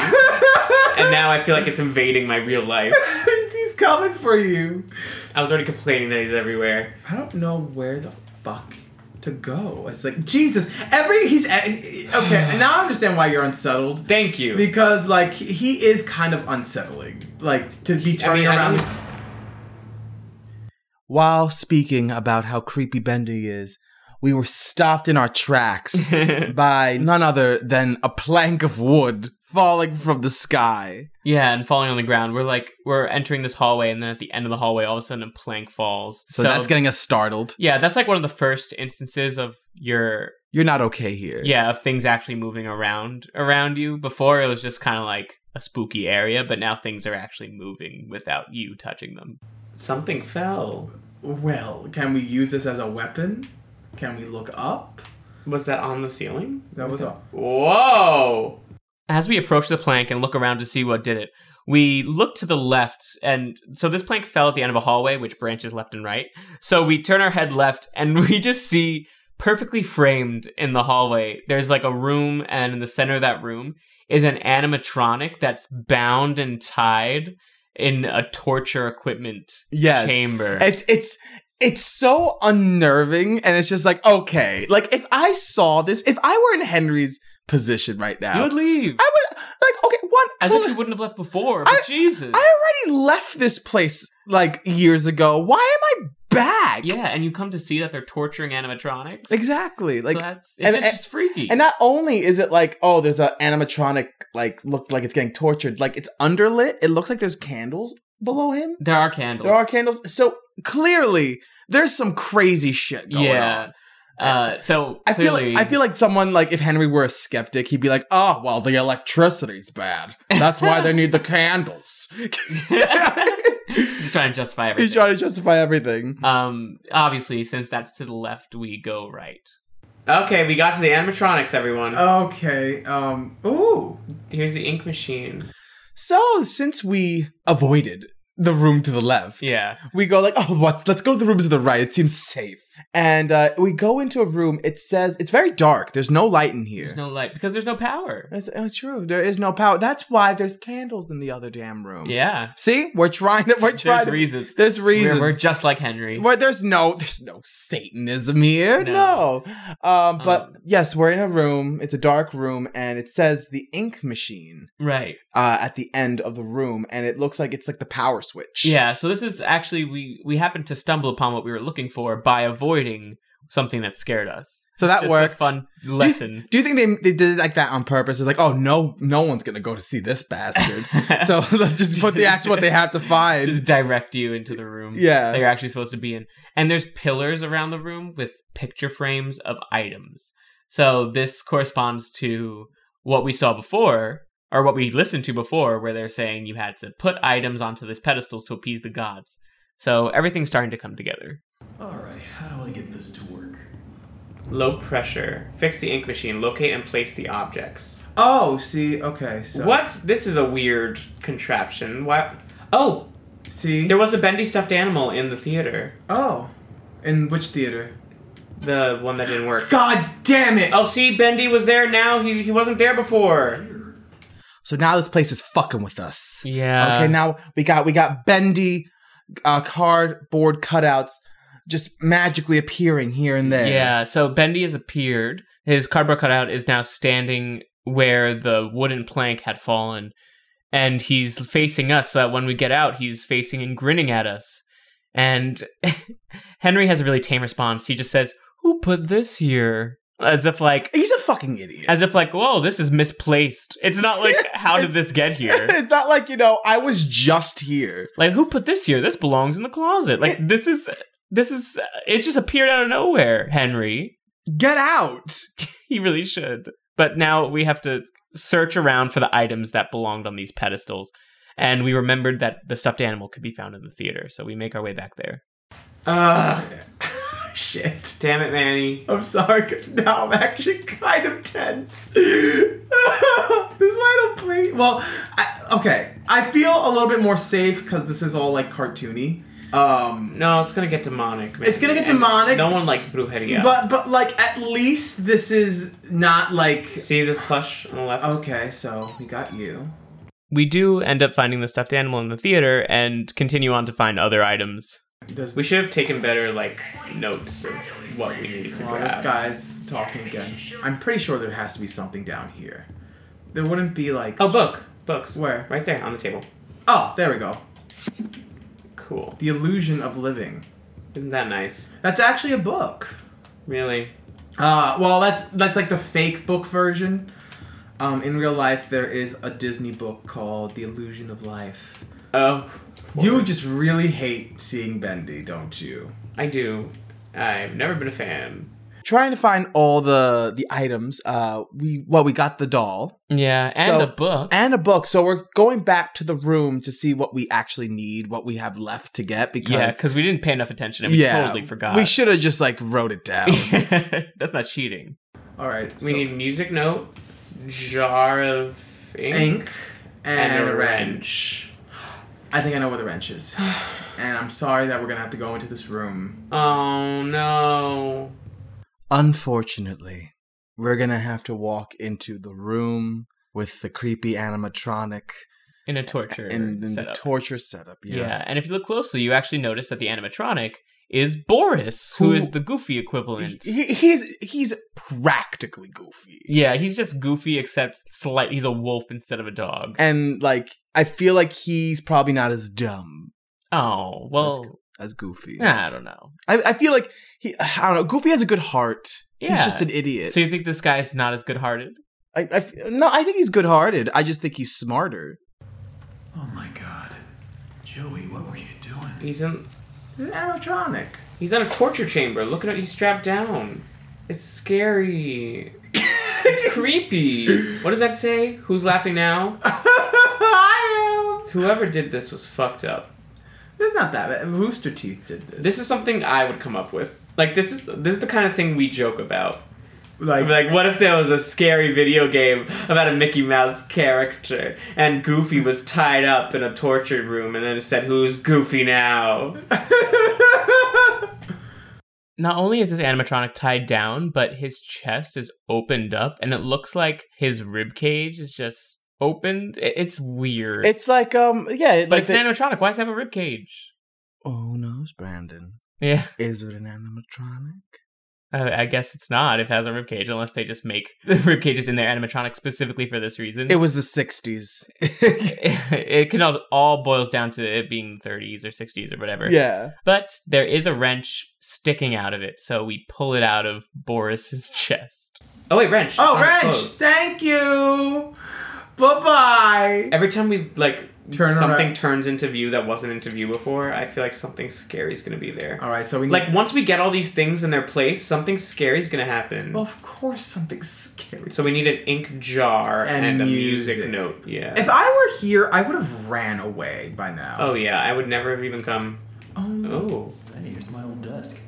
Speaker 1: and now I feel like it's invading my real life.
Speaker 13: he's coming for you.
Speaker 1: I was already complaining that he's everywhere.
Speaker 13: I don't know where the fuck to go. It's like Jesus. Every he's eh, okay. Now I understand why you're unsettled
Speaker 1: Thank you.
Speaker 13: because like he- he is kind of unsettling. Like to be
Speaker 1: I
Speaker 13: turning
Speaker 1: mean, I
Speaker 13: around.
Speaker 1: don't-
Speaker 2: While speaking about how creepy Bendy is, we were stopped in our tracks by none other than a plank of wood falling from the sky.
Speaker 1: yeah, and falling on the ground. We're like, we're entering this hallway, and then at the end of the hallway, all of a sudden a plank falls.
Speaker 2: So, that's getting us startled.
Speaker 1: Yeah, that's like one of the first instances of your
Speaker 2: You're not okay here.
Speaker 1: yeah of things actually moving around around you before it was just kind of like a spooky area but now things are actually moving without you touching them something fell
Speaker 13: Well, can we use this as a weapon? Can we look up?
Speaker 1: was that on the ceiling
Speaker 13: That was all.
Speaker 1: whoa as we approach the plank and look around to see what did it we look to the left and so this plank fell at the end of a hallway which branches left and right so we turn our head left and we just see perfectly framed in the hallway there's like a room and in the center of that room is an animatronic that's bound and tied in a torture equipment
Speaker 2: Yes.
Speaker 1: chamber
Speaker 2: It's it's it's so unnerving, and it's just like okay, like if I saw this, if I were in Henry's position right
Speaker 1: you
Speaker 2: now,
Speaker 1: would leave
Speaker 2: I would like okay, one.
Speaker 1: as if you wouldn't have left before but jesus
Speaker 2: I already left this place like years ago. Why am I back?
Speaker 1: yeah and you come to see that they're torturing animatronics
Speaker 2: exactly. Like.
Speaker 1: so that's it's
Speaker 2: and-
Speaker 1: just,
Speaker 2: and-
Speaker 1: just freaky.
Speaker 2: and not only is it like, oh, there's an animatronic, like, looked like it's getting tortured. Like, it's underlit. It looks like there's candles below him.
Speaker 1: there are candles.
Speaker 2: There are candles. So, clearly, there's some crazy shit going on.
Speaker 1: Yeah. Uh, so
Speaker 2: I feel
Speaker 1: clearly,
Speaker 2: like I feel like someone like if Henry were a skeptic, he'd be like, "Oh, well, the electricity's bad. That's why they need the candles."
Speaker 1: he's trying to justify everything.
Speaker 2: He's trying to justify everything.
Speaker 1: um, obviously, since that's to the left, we go right.
Speaker 14: Okay, we got to the animatronics, everyone.
Speaker 2: Oh.
Speaker 13: Okay. Um. Ooh.
Speaker 14: Here's the ink machine.
Speaker 2: So since we avoided the room to the left,
Speaker 1: Yeah,
Speaker 2: we go like, "Oh, what? Let's go to the room to the right. It seems safe." And uh, we go into a room. It says it's very dark. There's no light in here.
Speaker 1: there's no light because there's no power.
Speaker 2: That's, that's true. There is no power. That's why there's candles in the other damn room.
Speaker 1: Yeah,
Speaker 2: See, we're trying to. We're trying.
Speaker 1: there's
Speaker 2: to-
Speaker 1: reasons.
Speaker 2: There's reasons.
Speaker 1: We're, we're just like Henry.
Speaker 2: Well, there's no there's no Satanism here.
Speaker 1: No.
Speaker 2: No. Um, but
Speaker 1: Um,
Speaker 2: yes, we're in a room. It's a dark room, and it says the ink machine
Speaker 1: Right.
Speaker 2: uh, at the end of the room, and it looks like it's like the power switch.
Speaker 1: Yeah. So this is actually we we happened to stumble upon what we were looking for by avoiding something that scared us.
Speaker 2: So that
Speaker 1: Just
Speaker 2: worked.
Speaker 1: a fun
Speaker 2: Do you-
Speaker 1: lesson.
Speaker 2: Do you, think they, they did it like that on purpose? It's like, oh no, no one's gonna go to see this bastard. so let's just put the act what they have to find.
Speaker 1: Just direct you into the room
Speaker 2: Yeah.
Speaker 1: that you're actually supposed to be in. And there's pillars around the room with picture frames of items. So this corresponds to what we saw before, or what we listened to before, where they're saying you had to put items onto these pedestals to appease the gods. So everything's starting to come together.
Speaker 7: Alright, how do I get this to work?
Speaker 15: Low pressure. Fix the ink machine. Locate and place the objects.
Speaker 16: Oh, see, okay, so
Speaker 15: What? This is a weird contraption. What? Oh,
Speaker 16: See,
Speaker 15: there was a bendy stuffed animal in the theater.
Speaker 16: oh, in which theater?
Speaker 15: The one that didn't work.
Speaker 16: God damn it!
Speaker 15: Oh, see, Bendy was there now. He, he wasn't there before.
Speaker 2: So now this place is fucking with us.
Speaker 1: Yeah.
Speaker 2: okay, now we got we got bendy uh, cardboard cutouts just magically appearing here and there.
Speaker 1: Yeah, so Bendy has appeared. His cardboard cutout is now standing where the wooden plank had fallen, and he's facing us so that when we get out, he's facing and grinning at us. And Henry has a really tame response. He just says, Who put this here? As if like
Speaker 2: he's a fucking idiot.
Speaker 1: as if like, whoa, this is misplaced. It's not like how did this get here?
Speaker 2: it's not like you know I was just here.
Speaker 1: Like who put this here? This belongs in the closet. Like this is this is it just appeared out of nowhere, Henry.
Speaker 2: Get out.
Speaker 1: he really should. But now we have to search around for the items that belonged on these pedestals. And we remembered that the stuffed animal could be found in the theater, so we make our way back there.
Speaker 15: Ugh.
Speaker 16: Shit.
Speaker 15: Damn it, Manny.
Speaker 16: I'm sorry, 'cause now I'm actually kind of tense. this is why I don't play. Well, I, okay, I feel a little bit more safe because this is all like cartoony. Um,
Speaker 15: No, it's gonna get demonic.
Speaker 16: It's gonna get
Speaker 15: Manny, and
Speaker 16: demonic.
Speaker 15: No one likes brujeria.
Speaker 16: but but like at least this is not like
Speaker 15: see this plush on the left.
Speaker 16: okay. So we got you.
Speaker 1: We do end up finding the stuffed animal in the theater and continue on to find other items.
Speaker 16: Does
Speaker 15: We should have taken better like notes of what we needed to
Speaker 2: Oh,
Speaker 16: Well,
Speaker 15: grab.
Speaker 16: this guy's talking again. I'm pretty sure there has to be something down here. There wouldn't be like.
Speaker 15: Oh, book. Books.
Speaker 16: Where?
Speaker 15: Right there on the table.
Speaker 16: Oh, there we go.
Speaker 15: Cool.
Speaker 16: The illusion of living.
Speaker 15: Isn't that nice?
Speaker 16: That's actually a book.
Speaker 15: Really?
Speaker 16: Uh, well, that's that's like the fake book version. Um, in real life, there is a Disney book called The Illusion of Life.
Speaker 15: Oh,
Speaker 16: You just really hate seeing Bendy, don't you?
Speaker 15: I do. I've never been a fan.
Speaker 2: Trying to find all the the items. Uh, we well we got the doll
Speaker 1: Yeah, and
Speaker 2: So-
Speaker 1: a book.
Speaker 2: and a book. So we're going back to the room to see what we actually need, what we have left to get because
Speaker 1: yeah, because we didn't pay enough attention and we
Speaker 2: yeah,
Speaker 1: totally forgot.
Speaker 2: We should have just like wrote it down.
Speaker 1: That's not cheating.
Speaker 16: All right.
Speaker 15: we need music note, jar of ink.
Speaker 16: ink and,
Speaker 15: And a
Speaker 16: a wrench. I think I know where the wrench is, and I'm sorry that we're gonna have to go into this room
Speaker 15: Oh no.
Speaker 2: Unfortunately, we're gonna have to walk into the room with the creepy animatronic
Speaker 1: In a torture
Speaker 2: and then the
Speaker 1: setup.
Speaker 2: torture setup.
Speaker 1: yeah.
Speaker 2: Yeah.
Speaker 1: and if you look closely, you actually notice that the animatronic is Boris, who
Speaker 2: Who-
Speaker 1: is the goofy equivalent.
Speaker 2: He, he's he's practically goofy,
Speaker 1: Yeah, he's just goofy, except slight. He's a wolf instead of a dog.
Speaker 2: and like I feel like he's probably not as dumb
Speaker 1: Oh well,
Speaker 2: as Goofy.
Speaker 1: I don't know.
Speaker 2: I, I feel like he. I don't know. Goofy has a good heart. He's
Speaker 1: Yeah.
Speaker 2: just an idiot.
Speaker 1: So you think this guy's not as good-hearted?
Speaker 2: I, I f- no, I think he's good-hearted. I just think he's smarter.
Speaker 7: Oh my god. Joey, what were you doing?
Speaker 15: He's in
Speaker 16: An animatronic.
Speaker 15: he's in a torture chamber. Look at it, he's strapped down. It's scary. it's creepy. What does that say? Who's laughing now?
Speaker 16: I am.
Speaker 15: Whoever did this was fucked up.
Speaker 16: It's not that bad. Rooster Teeth did this.
Speaker 15: This is something I would come up with. Like this is this is the kind of thing we joke about.
Speaker 16: Like,
Speaker 15: I'd be like, what if there was a scary video game about a Mickey Mouse character and Goofy was tied up in a torture room and then it said, Who's Goofy now?
Speaker 1: Not only is this animatronic tied down, but his chest is opened up, and it looks like his rib cage is just opened. It- It's weird.
Speaker 2: It's like um yeah,
Speaker 1: but
Speaker 2: like
Speaker 1: it's
Speaker 2: the-
Speaker 1: an animatronic. Why does it have a rib cage?
Speaker 2: Oh knows, Brandon?
Speaker 1: Yeah,
Speaker 2: Is it an animatronic?
Speaker 1: I I guess it's not if it has a ribcage, unless they just make rib cages in their animatronic specifically for this reason.
Speaker 16: It was the 60s.
Speaker 1: it can all, all boils down to it being 30s or 60s or whatever.
Speaker 16: yeah.
Speaker 1: But there is a wrench sticking out of it, so we pull it out of Boris's chest.
Speaker 15: Oh wait, wrench. It's on
Speaker 2: Oh,
Speaker 15: his
Speaker 2: wrench!
Speaker 15: clothes.
Speaker 2: Thank you. Bye bye.
Speaker 15: Every time we like
Speaker 2: Turn
Speaker 15: something
Speaker 2: around.
Speaker 15: turns into view that wasn't into view before, I feel like something scary is gonna be there.
Speaker 2: All right, so we need
Speaker 15: Like once we get all these things in their place, something scary is gonna happen.
Speaker 2: of course, something scary.
Speaker 15: so we need an ink jar
Speaker 2: And
Speaker 15: and, a music.
Speaker 2: music.
Speaker 15: note. Yeah.
Speaker 2: If I were here, I would have ran away by now.
Speaker 15: oh yeah, I would never have even come.
Speaker 2: Oh.
Speaker 15: Oh,
Speaker 7: Hey, here's my old desk.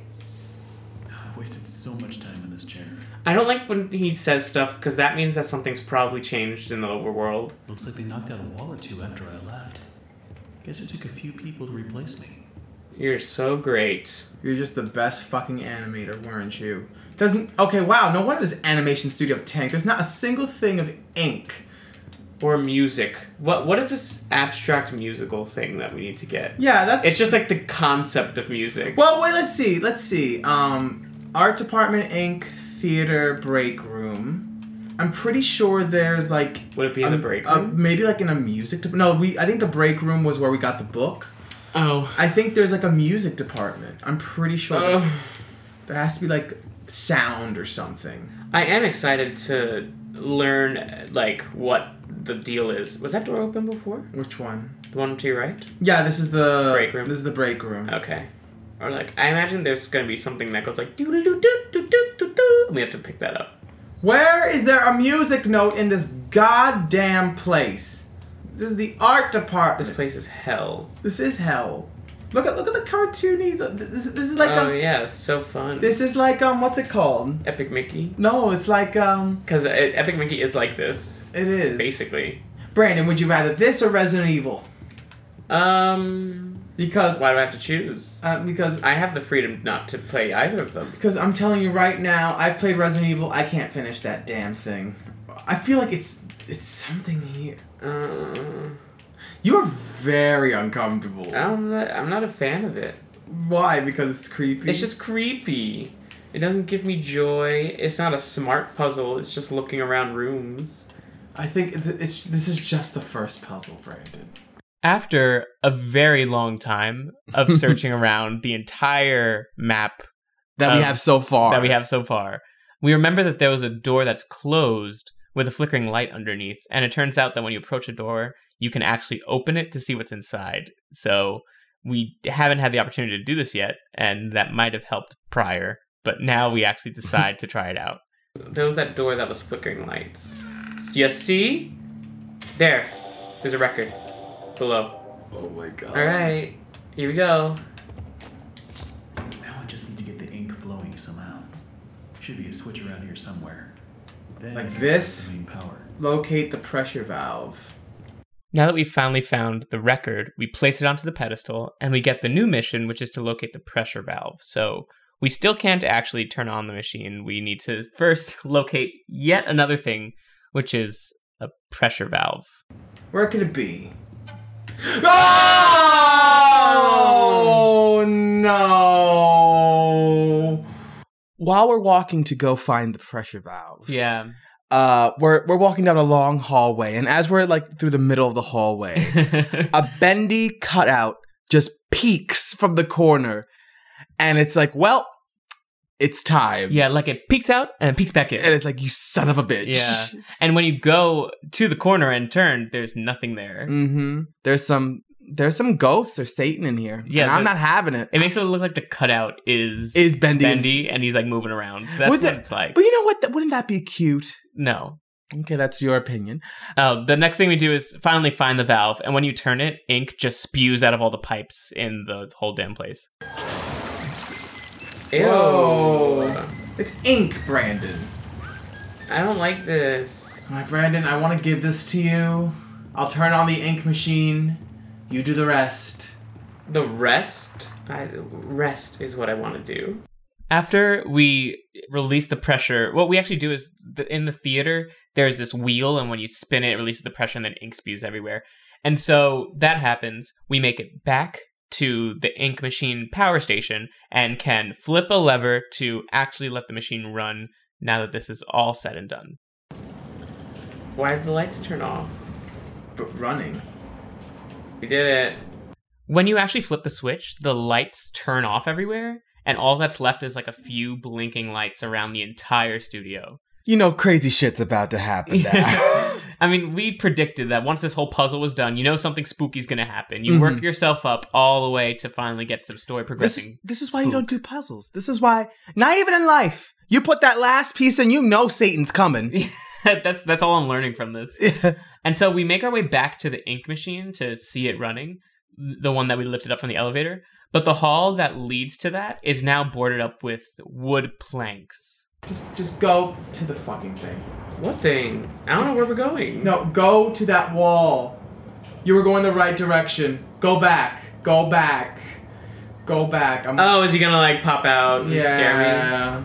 Speaker 7: I wasted so much time in this chair.
Speaker 15: I don't like when he says stuff because that means that something's probably changed in the overworld.
Speaker 7: Looks like they knocked out a wall or two after I left. Guess it took a few people to replace me.
Speaker 15: You're so great.
Speaker 2: You're just the best fucking animator, weren't you? Doesn't okay? Wow, no wonder this animation studio tanked. There's not a single thing of ink.
Speaker 15: Or music. What what is this abstract musical thing that we need to get?
Speaker 2: Yeah, that's
Speaker 15: It's just like the concept of music.
Speaker 2: Well, wait, let's see. Let's see. Um, art department Inc. theater break room. I'm pretty sure there's like
Speaker 15: Would it be in the
Speaker 2: um,
Speaker 15: break
Speaker 2: uh,
Speaker 15: room?
Speaker 2: maybe like in a music. De- no, we. I think the break room was where we got the book.
Speaker 15: oh.
Speaker 2: I think there's like a music department. I'm pretty sure
Speaker 15: Ugh.
Speaker 2: there has to be like sound or something.
Speaker 15: I am excited to learn uh, like what the deal is. Was that door open before?
Speaker 2: Which one?
Speaker 15: The one to your right?
Speaker 2: Yeah, this is the
Speaker 15: Break room.
Speaker 2: This is the break room.
Speaker 15: Okay. Or like I imagine there's gonna be something that goes like doo doo doo doo doo doo doo and we have to pick that up.
Speaker 2: Where is there a music note in this goddamn place? This is the art department.
Speaker 15: This place is hell.
Speaker 2: This is hell. Look at look at the cartoony. th- This, this is like
Speaker 15: oh
Speaker 2: um,
Speaker 15: yeah, it's so fun.
Speaker 2: this is like um, what's it called?
Speaker 15: Epic Mickey.
Speaker 2: No, it's like um,
Speaker 15: Because Epic Mickey is like this,
Speaker 2: it is.
Speaker 15: basically.
Speaker 2: Brandon, would you rather this or Resident Evil?
Speaker 15: Um,
Speaker 2: Because
Speaker 15: why do I have to choose?
Speaker 2: uh, because
Speaker 15: I have the freedom not to play either of them.
Speaker 2: because I'm telling you right now, I've played Resident Evil. I can't finish that damn thing. I feel like it's it's something here.
Speaker 15: Uh,
Speaker 2: You are very uncomfortable.
Speaker 15: I'm not. I'm not a fan of it.
Speaker 2: Why? Because it's creepy.
Speaker 15: It's just creepy. It doesn't give me joy. It's not a smart puzzle. It's just looking around rooms.
Speaker 2: I think th- it's this is just the first puzzle, Brandon.
Speaker 1: After a very long time of searching around the entire map
Speaker 16: That we
Speaker 1: Um,
Speaker 16: have so far.
Speaker 1: that we have so far, we remember that there was a door that's closed with a flickering light underneath. And it turns out that when you approach a door, you can actually open it to see what's inside. So we haven't had the opportunity to do this yet, and that might have helped prior. But now we actually decide to try it out.
Speaker 15: There was that door that was flickering lights. You see? There. There's a record below.
Speaker 7: Oh my god.
Speaker 15: All right. Here we go.
Speaker 7: Now I just need to get the ink flowing somehow. Should be a switch around here somewhere. Then
Speaker 2: Like
Speaker 7: I can start
Speaker 2: this?
Speaker 7: the Main power.
Speaker 2: Locate the pressure valve.
Speaker 1: Now that we've finally found the record, we place it onto the pedestal and we get the new mission, which is to locate the pressure valve. So we still can't actually turn on the machine. We need to first locate yet another thing, which is a pressure valve.
Speaker 2: Where could it be? Oh no!
Speaker 16: While we're walking to go find the pressure valve,
Speaker 1: Yeah.
Speaker 16: uh, we're we're walking down a long hallway, and as we're like through the middle of the hallway, a bendy cutout just peeks from the corner, and it's like, well, it's time.
Speaker 1: yeah, like it peeks out and peeks back
Speaker 16: and
Speaker 1: in.
Speaker 16: it's like, you son of a bitch.
Speaker 1: Yeah. And when you go to the corner and turn, there's nothing there.
Speaker 16: Mm-hmm. There's some there's some ghosts or Satan in here.
Speaker 1: Yeah,
Speaker 16: and I'm
Speaker 1: the-
Speaker 16: not having it.
Speaker 1: It makes it look like the cutout is,
Speaker 16: Is Bendy?
Speaker 1: bendy and he's like moving around. That's
Speaker 16: Would
Speaker 1: what
Speaker 16: that-
Speaker 1: it's like.
Speaker 16: But you know what? That- Wouldn't that be cute?
Speaker 1: no.
Speaker 16: Okay, that's your opinion.
Speaker 1: Oh, the next thing we do is finally find the valve, and when you turn it, ink just spews out of all the pipes in the whole damn place.
Speaker 15: Ew.
Speaker 2: Whoa. It's ink, Brandon.
Speaker 15: I don't like this.
Speaker 2: My Brandon, I want to give this to you. I'll turn on the ink machine. You do the rest.
Speaker 15: The rest. I rest is what I want to do.
Speaker 1: After we release the pressure, what we actually do is the, in the theater, there's this wheel, and when you spin it, it releases the pressure, and then ink spews everywhere. And so that happens. We make it back to the ink machine power station and can flip a lever to actually let the machine run now that this is all said and done.
Speaker 15: Why did the lights turn off?
Speaker 2: But running.
Speaker 15: We did it.
Speaker 1: When you actually flip the switch, the lights turn off everywhere, and all that's left is like a few blinking lights around the entire studio.
Speaker 16: You know, crazy shit's about to happen now.
Speaker 1: I mean, we predicted that once this whole puzzle was done, you know something spooky's going to happen. You work yourself up all the way to finally get some story
Speaker 16: this, is,
Speaker 1: progressing.
Speaker 16: this is why you don't do puzzles. This is why, not even in life, you put that last piece and you know Satan's coming.
Speaker 1: that's that's all I'm learning from this. And so we make our way back to the ink machine to see it running, the one that we lifted up from the elevator. But the hall that leads to that is now boarded up with wood planks.
Speaker 2: Just just go to the fucking thing.
Speaker 15: What thing? I don't know where we're going.
Speaker 2: No, go to that wall. You were going the right direction. Go back. Go back. Go back. I'm
Speaker 15: Oh, is he gonna like pop out and scare me?
Speaker 2: yeah.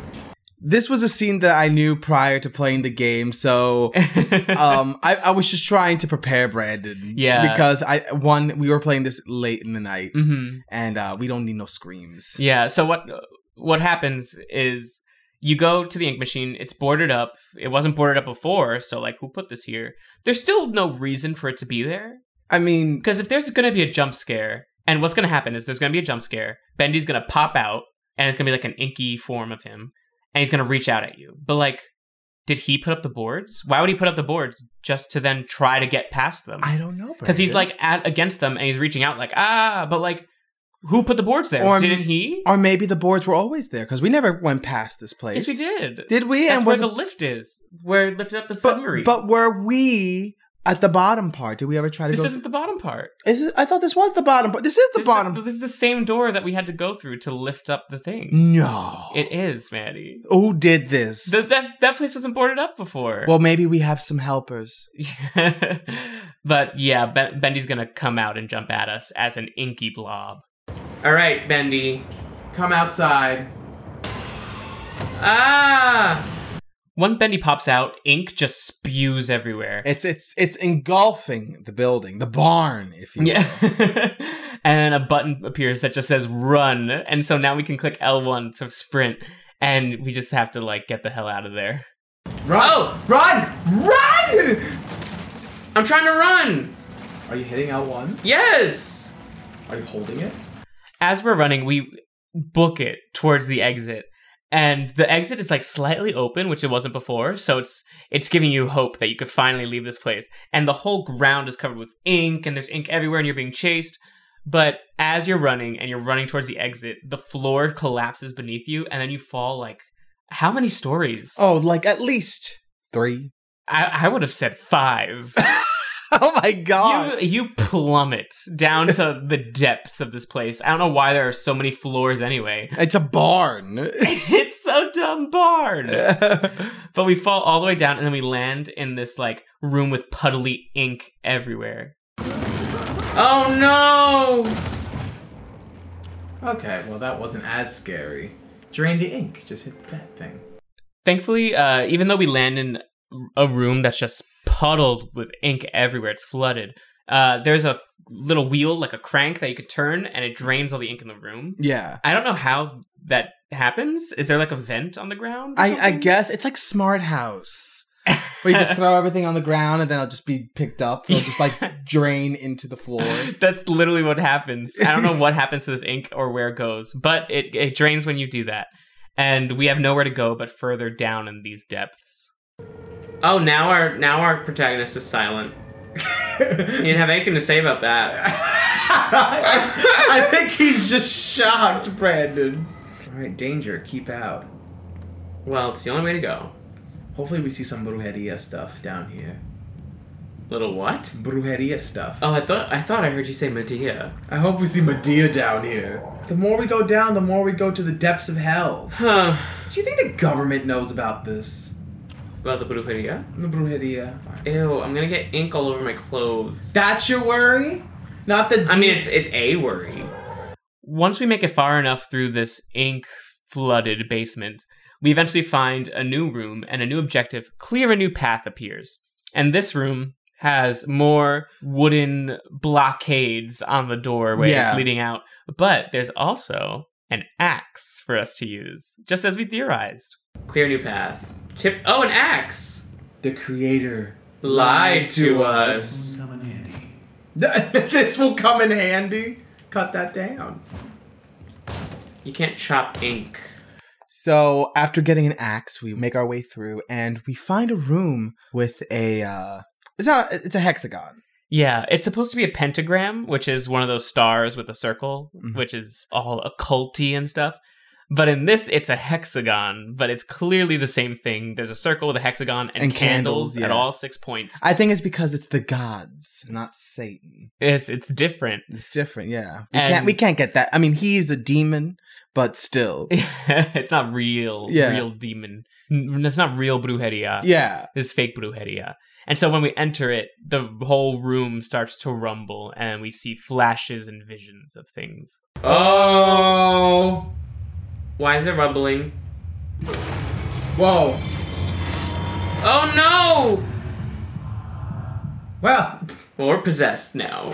Speaker 16: this was a scene that I knew prior to playing the game, so
Speaker 2: Oh.
Speaker 16: um, I, I was just trying to prepare Brandon.
Speaker 1: Yeah.
Speaker 16: Because I one, we were playing this late in the
Speaker 15: Mm.
Speaker 16: night,
Speaker 1: Mm-hmm.
Speaker 16: and uh, we don't need no screams.
Speaker 1: Yeah. So what what happens is you go to the ink machine. It's boarded up. It wasn't boarded up before, so like who put this here? There's still no reason for it to be there
Speaker 16: I mean,
Speaker 1: because if there's going to be a jump scare, and what's going to happen is there's going to be a jump scare. Bendy's going to pop out, and it's going to be like an inky form of him, and he's going to reach out at you. But like, did he put up the boards? Why would he put up the boards just to then try to get past them?
Speaker 16: I don't know
Speaker 1: Because he's
Speaker 16: Brandon.
Speaker 1: like at against them, and he's reaching out like ah, but like. Who put the boards there?
Speaker 16: Or- um,
Speaker 1: Didn't he?
Speaker 16: or maybe the boards were always there because we never went past this place.
Speaker 1: Yes, we did.
Speaker 16: Did we?
Speaker 1: That's
Speaker 16: and
Speaker 1: where
Speaker 16: was
Speaker 1: the lift is. Where it lifted up the submarine.
Speaker 16: but, but were we at the bottom part? Did we ever try to
Speaker 1: this
Speaker 16: go?
Speaker 1: isn't the bottom part.
Speaker 16: Is this, I thought this was the bottom part. This is the
Speaker 1: This is
Speaker 16: bottom.
Speaker 1: this is the same door that we had to go through to lift up the thing.
Speaker 16: no.
Speaker 1: It is, Maddie.
Speaker 16: Who did this?
Speaker 1: Th- that that place wasn't boarded up before.
Speaker 16: well, maybe we have some helpers.
Speaker 1: but yeah, ben- Bendy's gonna come out and jump at us as an inky blob.
Speaker 15: All right, Bendy.
Speaker 2: Come outside.
Speaker 15: Ah!
Speaker 1: Once Bendy pops out, ink just spews everywhere.
Speaker 16: It's it's it's engulfing the building, the barn, if you
Speaker 1: Yeah. and a button appears that just says run. And so now we can click L1 to sprint and we just have to like get the hell out of there.
Speaker 2: Run.
Speaker 15: Oh!
Speaker 2: Run. Run.
Speaker 15: I'm trying to run.
Speaker 2: Are you hitting L1?
Speaker 15: Yes.
Speaker 2: Are you holding it?
Speaker 1: As we're running, we book it towards the exit. And the exit is like slightly open, which it wasn't before, so it's it's giving you hope that you could finally leave this place. And the whole ground is covered with ink and there's ink everywhere and you're being chased. But as you're running and you're running towards the exit, the floor collapses beneath you and then you fall like how many stories?
Speaker 16: Oh, like at least three.
Speaker 1: I, I would have said five.
Speaker 16: Oh my god.
Speaker 1: you you plummet down to the depths of this place. I don't know why there are so many floors anyway.
Speaker 16: it's a barn.
Speaker 1: it's so dumb barn. But we fall all the way down and then we land in this like room with puddly ink everywhere.
Speaker 15: Oh no!
Speaker 2: Okay. Well, that wasn't as scary. Drain the ink. Just hit that thing.
Speaker 1: Thankfully, uh, even though we land in a room that's just puddled with ink everywhere, it's flooded. Uh, there's a little wheel, like a crank, that you can turn, and it drains all the ink in the room.
Speaker 16: yeah.
Speaker 1: I don't know how that happens. Is there like a vent on the ground? or
Speaker 16: I, I
Speaker 1: something?
Speaker 16: guess it's like smart house. Where you can throw everything on the ground and then it'll just be picked up. It'll just like drain into the floor.
Speaker 1: That's literally what happens. I don't know what happens to this ink or where it goes, but it, it drains when you do that. And we have nowhere to go but further down in these depths.
Speaker 15: Oh, now our now our protagonist is silent. he didn't have anything to say about that.
Speaker 2: I think he's just shocked, Brandon. All right, danger. Keep out.
Speaker 15: Well, it's the only way to go.
Speaker 2: Hopefully, we see some brujeria stuff down here.
Speaker 15: Little what?
Speaker 2: Brujeria stuff.
Speaker 15: Oh, I thought I thought I heard you say Medea.
Speaker 2: I hope we see Medea down here. The more we go down, the more we go to the depths of hell.
Speaker 15: Huh?
Speaker 2: Do you think the government knows about this?
Speaker 15: About the brujeria?
Speaker 2: The brujeria.
Speaker 15: Ew! I'm gonna get ink all over my clothes.
Speaker 2: That's your worry? Not the.
Speaker 15: I mean,
Speaker 2: deep-
Speaker 15: it's it's a worry.
Speaker 1: Once we make it far enough through this ink flooded basement, we eventually find a new room and a new objective. Clear a new path appears. And this room has more wooden blockades on the doorways
Speaker 2: Yeah.
Speaker 1: leading out, but there's also an axe for us to use, just as we theorized.
Speaker 15: Clear new path. Chip. Oh, an axe.
Speaker 2: The creator.
Speaker 15: Lied to us.
Speaker 7: This will come in handy.
Speaker 2: this will come in handy. Cut that down.
Speaker 15: You can't chop ink.
Speaker 2: So after getting an axe, we make our way through and we find a room with a. Uh, it's not. It's a hexagon.
Speaker 1: Yeah, it's supposed to be a pentagram, which is one of those stars with a circle,
Speaker 2: Mhm.
Speaker 1: which is all occulty and stuff. But in this, it's a hexagon, but it's clearly the same thing. There's a circle with a hexagon and,
Speaker 2: And
Speaker 1: candles,
Speaker 2: candles,
Speaker 1: at
Speaker 2: yeah.
Speaker 1: all six points.
Speaker 2: I think it's because it's the gods, not Satan.
Speaker 1: It's it's different.
Speaker 2: It's different. Yeah, we
Speaker 1: And-
Speaker 2: can't. We can't get that. I mean, he is a demon, but still.
Speaker 1: it's not real,
Speaker 2: Yeah.
Speaker 1: real demon. N- That's not real brujeria.
Speaker 2: Yeah.
Speaker 1: It's fake brujeria. And so when we enter it, the whole room starts to rumble, and we see flashes and visions of things.
Speaker 15: Oh. Why is it rumbling?
Speaker 2: Whoa.
Speaker 15: Oh no!
Speaker 2: Well.
Speaker 15: Well, we're possessed now.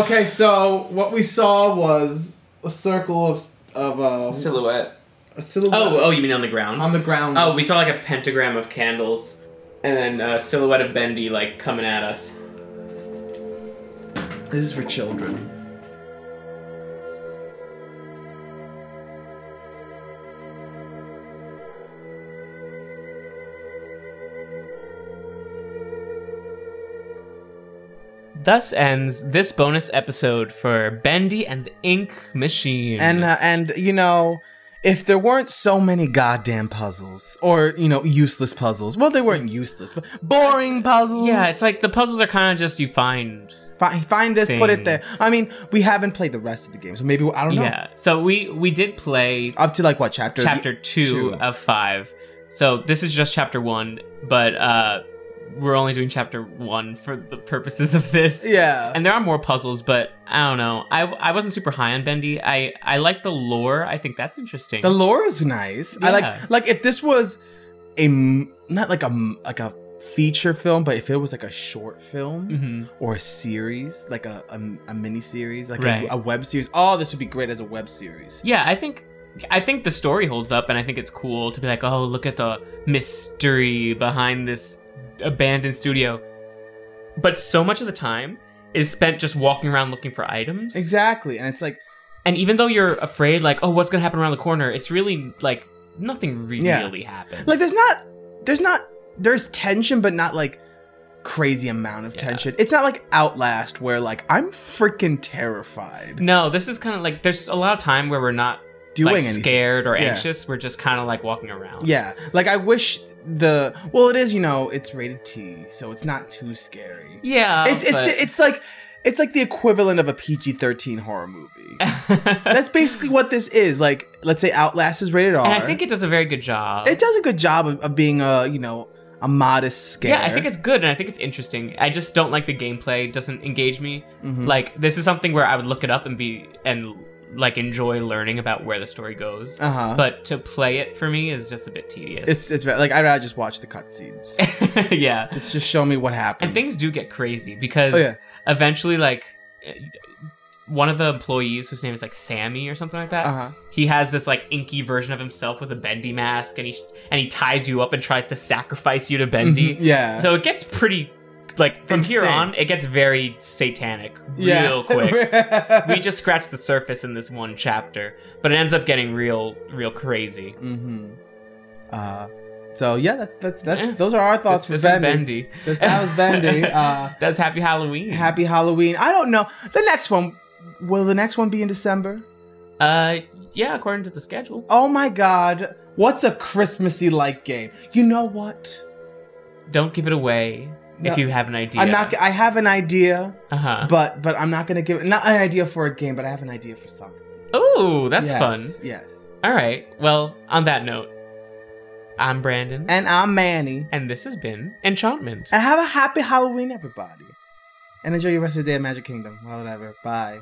Speaker 2: Okay. So what we saw was a circle of of uh,
Speaker 15: Silhouette.
Speaker 2: a silhouette
Speaker 15: Oh, oh, you mean on the ground?
Speaker 2: on the ground.
Speaker 15: oh, we saw like a pentagram of candles, and then a silhouette of Bendy like coming at us.
Speaker 2: this is for children.
Speaker 1: Thus ends this bonus episode for Bendy and the Ink Machine.
Speaker 2: And uh, and you know, if there weren't so many goddamn puzzles or you know useless puzzles, well they weren't useless, but boring puzzles.
Speaker 1: yeah, it's like the puzzles are kind of just you find.
Speaker 2: find, find this, put it there. I mean, we haven't played the rest of the game, so maybe I don't know.
Speaker 1: Yeah. So we we did play
Speaker 2: Up to like what chapter?
Speaker 1: chapter two,
Speaker 2: two.
Speaker 1: of five. So this is just chapter one, but uh, we're only doing chapter one for the purposes of this.
Speaker 2: Yeah.
Speaker 1: And there are more puzzles, but I don't know. I, I wasn't super high on Bendy. I I like the lore. I think that's interesting.
Speaker 2: the lore is nice. I
Speaker 1: Yeah.
Speaker 2: like like if this was a m- not like a m- like a feature film, but if it was like a short film.
Speaker 1: Mhm.
Speaker 2: Or a series, like a a, mini series, like a-
Speaker 1: Right.
Speaker 2: a web series. Oh, this would be great as a web series.
Speaker 1: Yeah, I think I think the story holds up, and I think it's cool to be like, oh, look at the mystery behind this abandoned studio. But so much of the time is spent just walking around looking for items.
Speaker 2: Exactly. And it's like,
Speaker 1: And even though you're afraid, like, oh, what's gonna happen around the corner? It's really like nothing really
Speaker 2: Yeah.
Speaker 1: happens.
Speaker 2: like there's not, there's not, there's tension, but not like crazy amount of
Speaker 1: Yeah.
Speaker 2: tension. It's not like Outlast where like I'm freaking terrified
Speaker 1: no, this is kind of like there's a lot of time where we're not
Speaker 2: doing
Speaker 1: like,
Speaker 2: anything.
Speaker 1: scared or
Speaker 2: Yeah.
Speaker 1: anxious. We're just kind of like walking around.
Speaker 2: Yeah. Like I wish the, well, it is, you know, it's rated T, so it's not too scary.
Speaker 1: yeah.
Speaker 2: it's, it's, the, it's like, it's like the equivalent of a PG 13 horror movie. That's basically what this is. Like, let's say Outlast is rated R.
Speaker 1: and I think it does a very good job.
Speaker 2: it does a good job of, of being a, you know, a modest scare.
Speaker 1: Yeah, I think it's good and I think it's interesting. I just don't like the gameplay; it doesn't engage me.
Speaker 2: Mhm.
Speaker 1: Like this is something where I would look it up and be and like enjoy learning about where the story goes.
Speaker 2: uh huh.
Speaker 1: But to play it for me is just a bit tedious.
Speaker 2: It's it's ve- like I'd rather just watch the cutscenes.
Speaker 1: yeah,
Speaker 2: just just show me what happens.
Speaker 1: and things do get crazy because
Speaker 2: Oh, yeah.
Speaker 1: eventually, like eh, one of the employees whose name is like Sammy or something like that,
Speaker 2: Uh huh.
Speaker 1: he has this like inky version of himself with a Bendy mask, and he and he ties you up and tries to sacrifice you to Bendy.
Speaker 2: Mm-hmm. Yeah.
Speaker 1: So it gets pretty like from here
Speaker 2: Insane.
Speaker 1: on, it gets very satanic
Speaker 2: yeah.
Speaker 1: real quick. we just scratched the surface in this one chapter, but it ends up getting real, real crazy.
Speaker 2: hmm Uh, so yeah, that's that's, that's
Speaker 1: Yeah.
Speaker 2: those are our thoughts
Speaker 1: this,
Speaker 2: for
Speaker 1: this was
Speaker 2: Bendy.
Speaker 1: Bendy.
Speaker 2: This- that was Bendy. Uh,
Speaker 1: That's Happy Halloween.
Speaker 2: happy Halloween. I don't know the next one. Will the next one be in December?
Speaker 1: Uh, yeah, according to the schedule.
Speaker 2: Oh my God! What's a Christmassy like game? You know what?
Speaker 1: Don't give it away
Speaker 2: No.
Speaker 1: if you have an idea.
Speaker 2: I'm not. I have an idea,
Speaker 1: Uh huh.
Speaker 2: but but I'm not gonna give not an idea for a game, but I have an idea for something.
Speaker 1: Oh, that's
Speaker 2: Yes,
Speaker 1: fun.
Speaker 2: Yes.
Speaker 1: All right. Well, on that note, I'm Brandon,
Speaker 2: And I'm Manny.
Speaker 1: and this has been Enchantment.
Speaker 2: And have a happy Halloween, everybody. And enjoy your rest of your day at Magic Kingdom. Well, whatever. Bye.